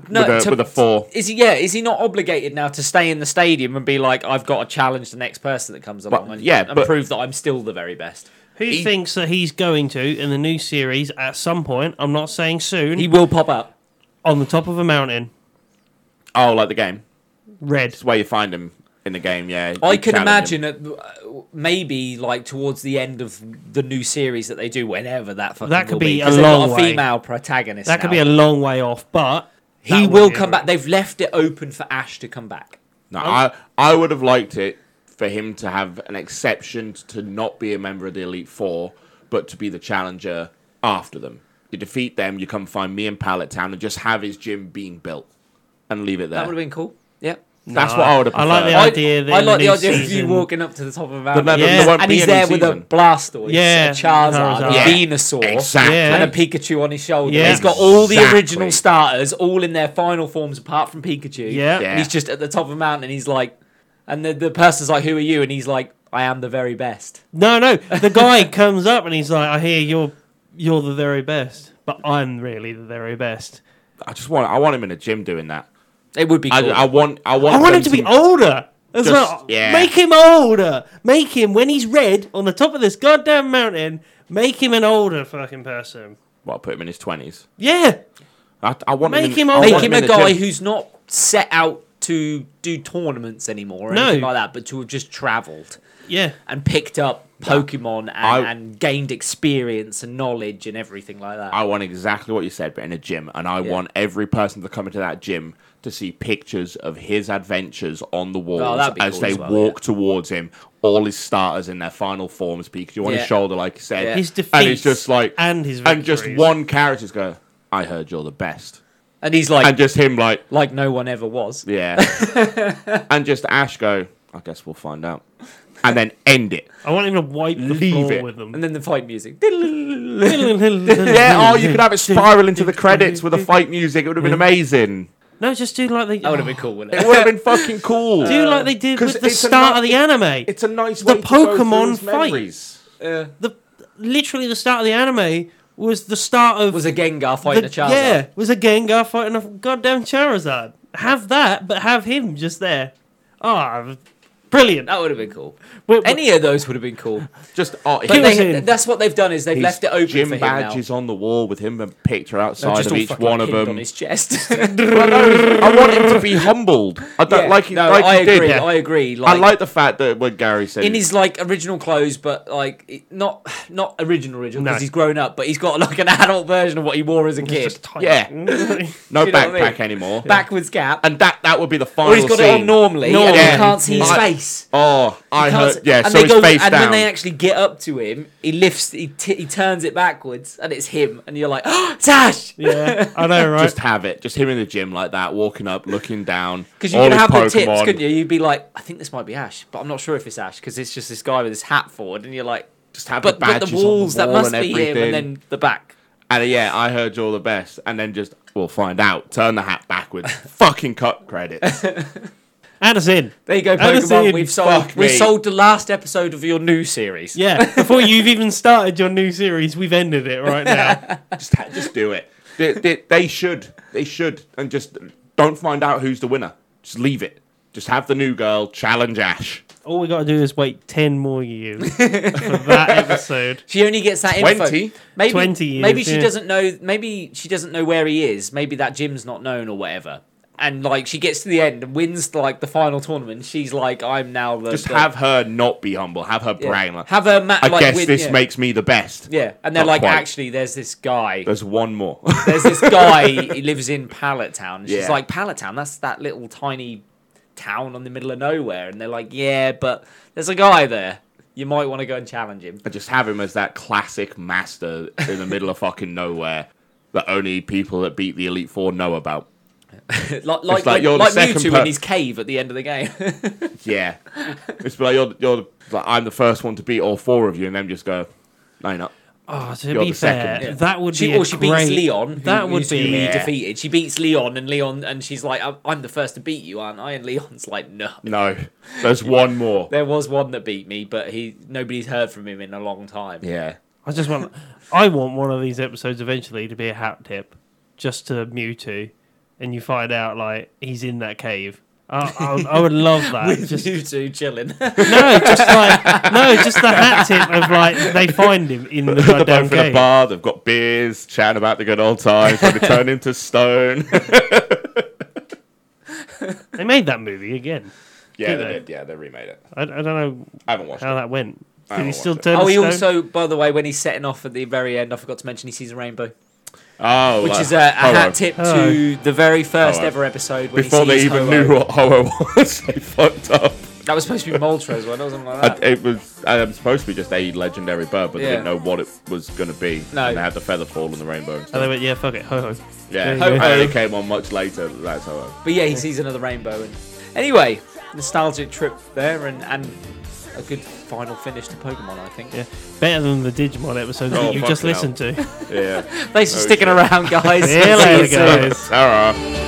Speaker 1: No,
Speaker 3: with, a,
Speaker 1: to-
Speaker 3: with a four.
Speaker 1: Is he? Yeah, is he not obligated now to stay in the stadium and be like, I've got to challenge the next person that comes along and,
Speaker 3: yeah,
Speaker 1: and
Speaker 3: but-
Speaker 1: prove that I'm still the very best.
Speaker 2: Who
Speaker 3: He-
Speaker 2: thinks that he's going to in the new series at some point? I'm not saying soon.
Speaker 1: He will pop up.
Speaker 2: on the top of a mountain,
Speaker 3: Oh, like the game.
Speaker 2: red.
Speaker 3: It's where you find him in the game. Yeah,
Speaker 1: I
Speaker 3: you
Speaker 1: can
Speaker 3: challenge
Speaker 1: imagine
Speaker 3: him.
Speaker 1: it, uh, maybe like towards the end of the new series that they do, whenever that fucking
Speaker 2: That could
Speaker 1: will
Speaker 2: be a
Speaker 1: 'cause they've got
Speaker 2: long
Speaker 1: a
Speaker 2: way.
Speaker 1: female protagonist.
Speaker 2: That could
Speaker 1: now.
Speaker 2: be a long way off, but that
Speaker 1: He
Speaker 2: would
Speaker 1: will
Speaker 2: be
Speaker 1: come
Speaker 2: a-
Speaker 1: back. They've left it open for Ash to come back.
Speaker 3: No, I I would have liked it for him to have an exception to not be a member of the Elite Four, but to be the challenger after them. You defeat them, you come find me in Pallet Town, and just have his gym being built, and leave it there.
Speaker 1: That would have been cool. Yeah.
Speaker 3: That's what I would have.
Speaker 2: I
Speaker 3: Preferred.
Speaker 2: like the
Speaker 1: I,
Speaker 2: idea that
Speaker 1: I
Speaker 2: in
Speaker 1: like the
Speaker 2: new
Speaker 1: idea of you
Speaker 2: season-
Speaker 1: walking up to the top of a
Speaker 3: But
Speaker 1: mountain.
Speaker 3: no, there-
Speaker 2: Yeah.
Speaker 3: there won't
Speaker 1: And
Speaker 3: be
Speaker 1: he's
Speaker 3: a new
Speaker 1: there with a
Speaker 3: season.
Speaker 1: Blastoise,
Speaker 2: Yeah,
Speaker 1: a Charizard,
Speaker 2: Charizard.
Speaker 1: a
Speaker 3: Yeah.
Speaker 1: Venusaur,
Speaker 3: Exactly.
Speaker 2: Yeah.
Speaker 1: and a Pikachu on his shoulder.
Speaker 2: Yeah.
Speaker 1: He's got all the
Speaker 3: Exactly.
Speaker 1: original starters, all in their final forms, apart from Pikachu.
Speaker 2: Yeah.
Speaker 1: And he's just at the top of a mountain, and he's like, and the, the person's like, "Who are you?" And he's like, "I am the very best."
Speaker 2: No, no. The guy comes up and he's like, "I hear you're you're the very best, but I'm really the very best."
Speaker 3: I just want I want him in a gym doing that.
Speaker 1: It would be
Speaker 3: I,
Speaker 1: cool.
Speaker 3: I want I want
Speaker 2: I want him to
Speaker 3: them
Speaker 2: be older as
Speaker 3: Just-
Speaker 2: well.
Speaker 3: yeah.
Speaker 2: Make him older. Make him when he's red on the top of this goddamn mountain. Make him an older fucking person.
Speaker 3: Well, put him in his twenties.
Speaker 2: Yeah,
Speaker 3: I, I want
Speaker 2: Make him
Speaker 3: him. in, I
Speaker 2: old.
Speaker 3: want
Speaker 1: Make him
Speaker 3: in
Speaker 1: a
Speaker 3: the
Speaker 1: guy
Speaker 3: gym.
Speaker 1: who's not set out to do tournaments anymore or
Speaker 2: No.
Speaker 1: anything like that, but to have just travelled
Speaker 2: yeah.
Speaker 1: and picked up Pokemon and,
Speaker 3: I-
Speaker 1: and gained experience and knowledge and everything like that.
Speaker 3: I want exactly what you said, but in a gym, and I
Speaker 1: Yeah.
Speaker 3: want every person to come into that gym to see pictures of his adventures on the walls
Speaker 1: Oh, that'd be
Speaker 3: as
Speaker 1: cool
Speaker 3: they
Speaker 1: as well,
Speaker 3: walk towards him. All his starters in their final forms, because you're on
Speaker 1: Yeah.
Speaker 3: his shoulder, like you said,
Speaker 1: Yeah.
Speaker 2: His
Speaker 3: and it's
Speaker 2: defeats
Speaker 3: just like
Speaker 2: and his
Speaker 3: and just
Speaker 2: victories.
Speaker 3: one character's going, "I heard you're the best,"
Speaker 1: and he's like,
Speaker 3: and just him like,
Speaker 1: like no one ever was.
Speaker 3: "Yeah," and just Ash go, "I guess we'll find out," and then end it.
Speaker 2: I want him to wipe the
Speaker 3: Leave
Speaker 2: floor
Speaker 3: it.
Speaker 2: with them.
Speaker 1: And then the fight music.
Speaker 3: Yeah, oh, you could have it spiral into the credits with the fight music. It would have been amazing.
Speaker 2: no, just do like they
Speaker 1: That would have been cool, wouldn't
Speaker 3: It
Speaker 1: it?
Speaker 3: would have been fucking cool.
Speaker 2: do
Speaker 1: Um,
Speaker 2: like they did
Speaker 3: 'Cause
Speaker 2: with the
Speaker 3: it's a
Speaker 2: start
Speaker 3: ni-
Speaker 2: of the anime.
Speaker 3: It's a nice
Speaker 2: The
Speaker 3: way to go through
Speaker 2: Pokemon
Speaker 3: his
Speaker 2: fight.
Speaker 3: memories.
Speaker 2: the literally the start of the anime was the start of
Speaker 1: was a Gengar fighting
Speaker 2: the-
Speaker 1: a Charizard.
Speaker 2: Yeah, was a Gengar fighting a goddamn Charizard. Have that, but have him just there. Ah, brilliant.
Speaker 1: That would have been cool.
Speaker 2: Wait, wait.
Speaker 1: Uh, Any of those would have been cool.
Speaker 3: Just oh,
Speaker 1: But
Speaker 3: his-
Speaker 2: was
Speaker 1: they,
Speaker 2: in.
Speaker 1: that's what they've done is they've
Speaker 3: his
Speaker 1: left it open
Speaker 3: gym
Speaker 1: for him now.
Speaker 3: badges on the wall with him and picture
Speaker 1: They're
Speaker 3: outside
Speaker 1: just
Speaker 3: of
Speaker 1: all
Speaker 3: each
Speaker 1: fucking
Speaker 3: one of
Speaker 1: pinned
Speaker 3: them.
Speaker 1: on his chest.
Speaker 3: I know, I want him to be humbled. I don't
Speaker 1: Yeah.
Speaker 3: like,
Speaker 1: no,
Speaker 3: like
Speaker 1: I
Speaker 3: he
Speaker 1: agree.
Speaker 3: did.
Speaker 1: I agree. Like,
Speaker 3: I like the fact that when Gary said
Speaker 1: in his like original clothes, but like it- not not original original because
Speaker 2: No.
Speaker 1: he's grown up, but he's got like an adult version of what he wore as a kid.
Speaker 2: Just tight.
Speaker 3: Yeah. no
Speaker 1: you know what I
Speaker 3: backpack
Speaker 1: mean?
Speaker 3: anymore,
Speaker 1: Backwards gap.
Speaker 3: and that that would be the final.
Speaker 1: or he's got it on
Speaker 3: scene.
Speaker 1: normally,
Speaker 2: Normally.
Speaker 1: and
Speaker 3: Yeah.
Speaker 1: you can't see his
Speaker 3: I-
Speaker 1: face.
Speaker 3: Oh, I
Speaker 1: Can't
Speaker 3: heard.
Speaker 1: see-
Speaker 3: Yeah,
Speaker 1: and
Speaker 3: so
Speaker 1: they
Speaker 3: his
Speaker 1: go,
Speaker 3: face
Speaker 1: and
Speaker 3: down.
Speaker 1: when they actually get up to him, he lifts, he, t- he turns it backwards, and it's him, and you're like, oh, Tash,
Speaker 2: yeah, I know, right?
Speaker 3: just have it. Just him in the gym like that, walking up, looking down.
Speaker 1: Because you
Speaker 3: all
Speaker 1: could
Speaker 3: his
Speaker 1: have the tips,
Speaker 3: Pokemon.
Speaker 1: couldn't you? You'd be like, I think this might be Ash, but I'm not sure if it's Ash because it's just this guy with his hat forward, and you're like,
Speaker 3: Just have
Speaker 1: but
Speaker 3: the
Speaker 1: but
Speaker 3: badges
Speaker 1: the walls
Speaker 3: on the
Speaker 1: that
Speaker 3: wall
Speaker 1: must
Speaker 3: and
Speaker 1: be him,
Speaker 3: everything.
Speaker 1: and then the back.
Speaker 3: And uh, yeah, I heard you're the best. And then just, we'll find out. Turn the hat backwards. fucking cut credits.
Speaker 2: Add us in.
Speaker 1: There you go,
Speaker 2: Have a
Speaker 1: Pokemon.
Speaker 2: scene.
Speaker 1: We've sold,
Speaker 3: Fuck
Speaker 1: we've
Speaker 3: me.
Speaker 1: sold the last episode of your new series.
Speaker 2: Yeah, before you've even started your new series, we've ended it right now.
Speaker 3: just, just do it. They, they- they should. They should. And just don't find out who's the winner. Just leave it. Just have the new girl challenge Ash.
Speaker 2: All we got to do is wait 10 more years for that episode.
Speaker 1: She only gets that info.
Speaker 3: 20?
Speaker 1: Maybe,
Speaker 2: 20 years,
Speaker 1: maybe she
Speaker 2: yeah.
Speaker 1: doesn't know. Maybe she doesn't know where he is. Maybe that gym's not known or whatever. And like she gets to the end and wins like the final tournament. She's like, I'm now the.
Speaker 3: Just
Speaker 1: the-
Speaker 3: have her not be humble. Have her
Speaker 1: yeah.
Speaker 3: brag. Like,
Speaker 1: have her ma-
Speaker 3: I
Speaker 1: like,
Speaker 3: guess
Speaker 1: win-
Speaker 3: this
Speaker 1: yeah.
Speaker 3: makes me the best.
Speaker 1: Yeah, and they're
Speaker 3: Not
Speaker 1: like,
Speaker 3: quite.
Speaker 1: actually, there's this guy.
Speaker 3: There's one more.
Speaker 1: There's this guy. he lives in Pallet Town. And She's
Speaker 3: Yeah.
Speaker 1: like, Pallet Town. That's that little tiny town on the middle of nowhere. And they're like, yeah, but there's a guy there. You might want to go and challenge him.
Speaker 3: and just have him as that classic master in the middle of fucking nowhere that only people that beat the Elite Four know about.
Speaker 1: Like like,
Speaker 3: like
Speaker 1: like,
Speaker 3: you're the
Speaker 1: like
Speaker 3: second
Speaker 1: Mewtwo
Speaker 3: per-
Speaker 1: in his cave at the end of the game.
Speaker 3: Yeah. It's like you're you're like I'm the first one to beat all four of you, and then just go, no, you're not.
Speaker 2: Oh, to
Speaker 3: You're
Speaker 2: be
Speaker 3: the
Speaker 2: fair,
Speaker 3: second.
Speaker 2: that would
Speaker 1: She,
Speaker 2: be a
Speaker 1: or she
Speaker 2: great-
Speaker 1: beats Leon. Who,
Speaker 2: that would
Speaker 1: who's who
Speaker 2: be
Speaker 1: he
Speaker 3: Yeah.
Speaker 1: defeated. She beats Leon, and Leon, and she's like, "I'm, I'm the first to beat you, aren't I?" And Leon's like, "No."
Speaker 3: No, there's one more.
Speaker 1: There was one that beat me, but he nobody's heard from him in a long time.
Speaker 3: Yeah.
Speaker 2: I just want. I want one of these episodes eventually to be a hat tip, just to Mewtwo, and you find out like he's in that cave. I, I, I would love that.
Speaker 1: With
Speaker 2: just
Speaker 1: you two chilling.
Speaker 2: no, just like no, just the hat tip of like they find him in the
Speaker 3: They're
Speaker 2: goddamn
Speaker 3: both in a
Speaker 2: cave.
Speaker 3: bar, they've got beers, chatting about the good old times, when they turn into stone.
Speaker 2: They made that movie again.
Speaker 3: yeah,
Speaker 2: Do they?
Speaker 3: they did. Yeah, they remade it.
Speaker 2: I, I don't know
Speaker 3: I haven't watched
Speaker 2: how
Speaker 3: it.
Speaker 2: that went.
Speaker 3: I
Speaker 2: Did he
Speaker 3: haven't
Speaker 2: still
Speaker 3: watched it.
Speaker 2: turn?
Speaker 1: oh, he
Speaker 2: to stone?
Speaker 1: also, by the way, when he's setting off at the very end, I forgot to mention he sees a rainbow,
Speaker 3: Oh,
Speaker 1: which
Speaker 3: like,
Speaker 1: is a, a
Speaker 3: Ho-Oh.
Speaker 1: hat tip to the very first
Speaker 3: Ho-Oh.
Speaker 1: ever episode. When
Speaker 3: Before
Speaker 1: he sees
Speaker 3: they even
Speaker 1: Ho-Oh.
Speaker 3: knew what Ho-Oh was, they fucked up.
Speaker 1: that was supposed to be Moltres, wasn't it? Or something like
Speaker 3: I,
Speaker 1: that.
Speaker 3: it was I'm supposed to be just a legendary bird, but they
Speaker 1: Yeah.
Speaker 3: didn't know what it was going to be.
Speaker 1: No.
Speaker 3: And they had the feather fall and the rainbow.
Speaker 2: And
Speaker 3: And
Speaker 2: Oh, they
Speaker 3: stuff.
Speaker 2: went, yeah, fuck it, ho ho.
Speaker 3: Yeah,
Speaker 2: Ho-Oh.
Speaker 3: it only came on much later. That's how. I-
Speaker 1: But yeah, he sees another rainbow. And anyway, nostalgic trip there, and and a good final finish to Pokemon, I think.
Speaker 2: Yeah, better than the Digimon episode
Speaker 3: Oh,
Speaker 2: that you just
Speaker 3: fucking hell.
Speaker 2: listened to.
Speaker 3: Yeah.
Speaker 1: Thanks for
Speaker 3: Oh,
Speaker 1: sticking
Speaker 3: shit.
Speaker 1: around, guys.
Speaker 2: See you later,
Speaker 1: soon.
Speaker 2: guys.
Speaker 3: Sarah.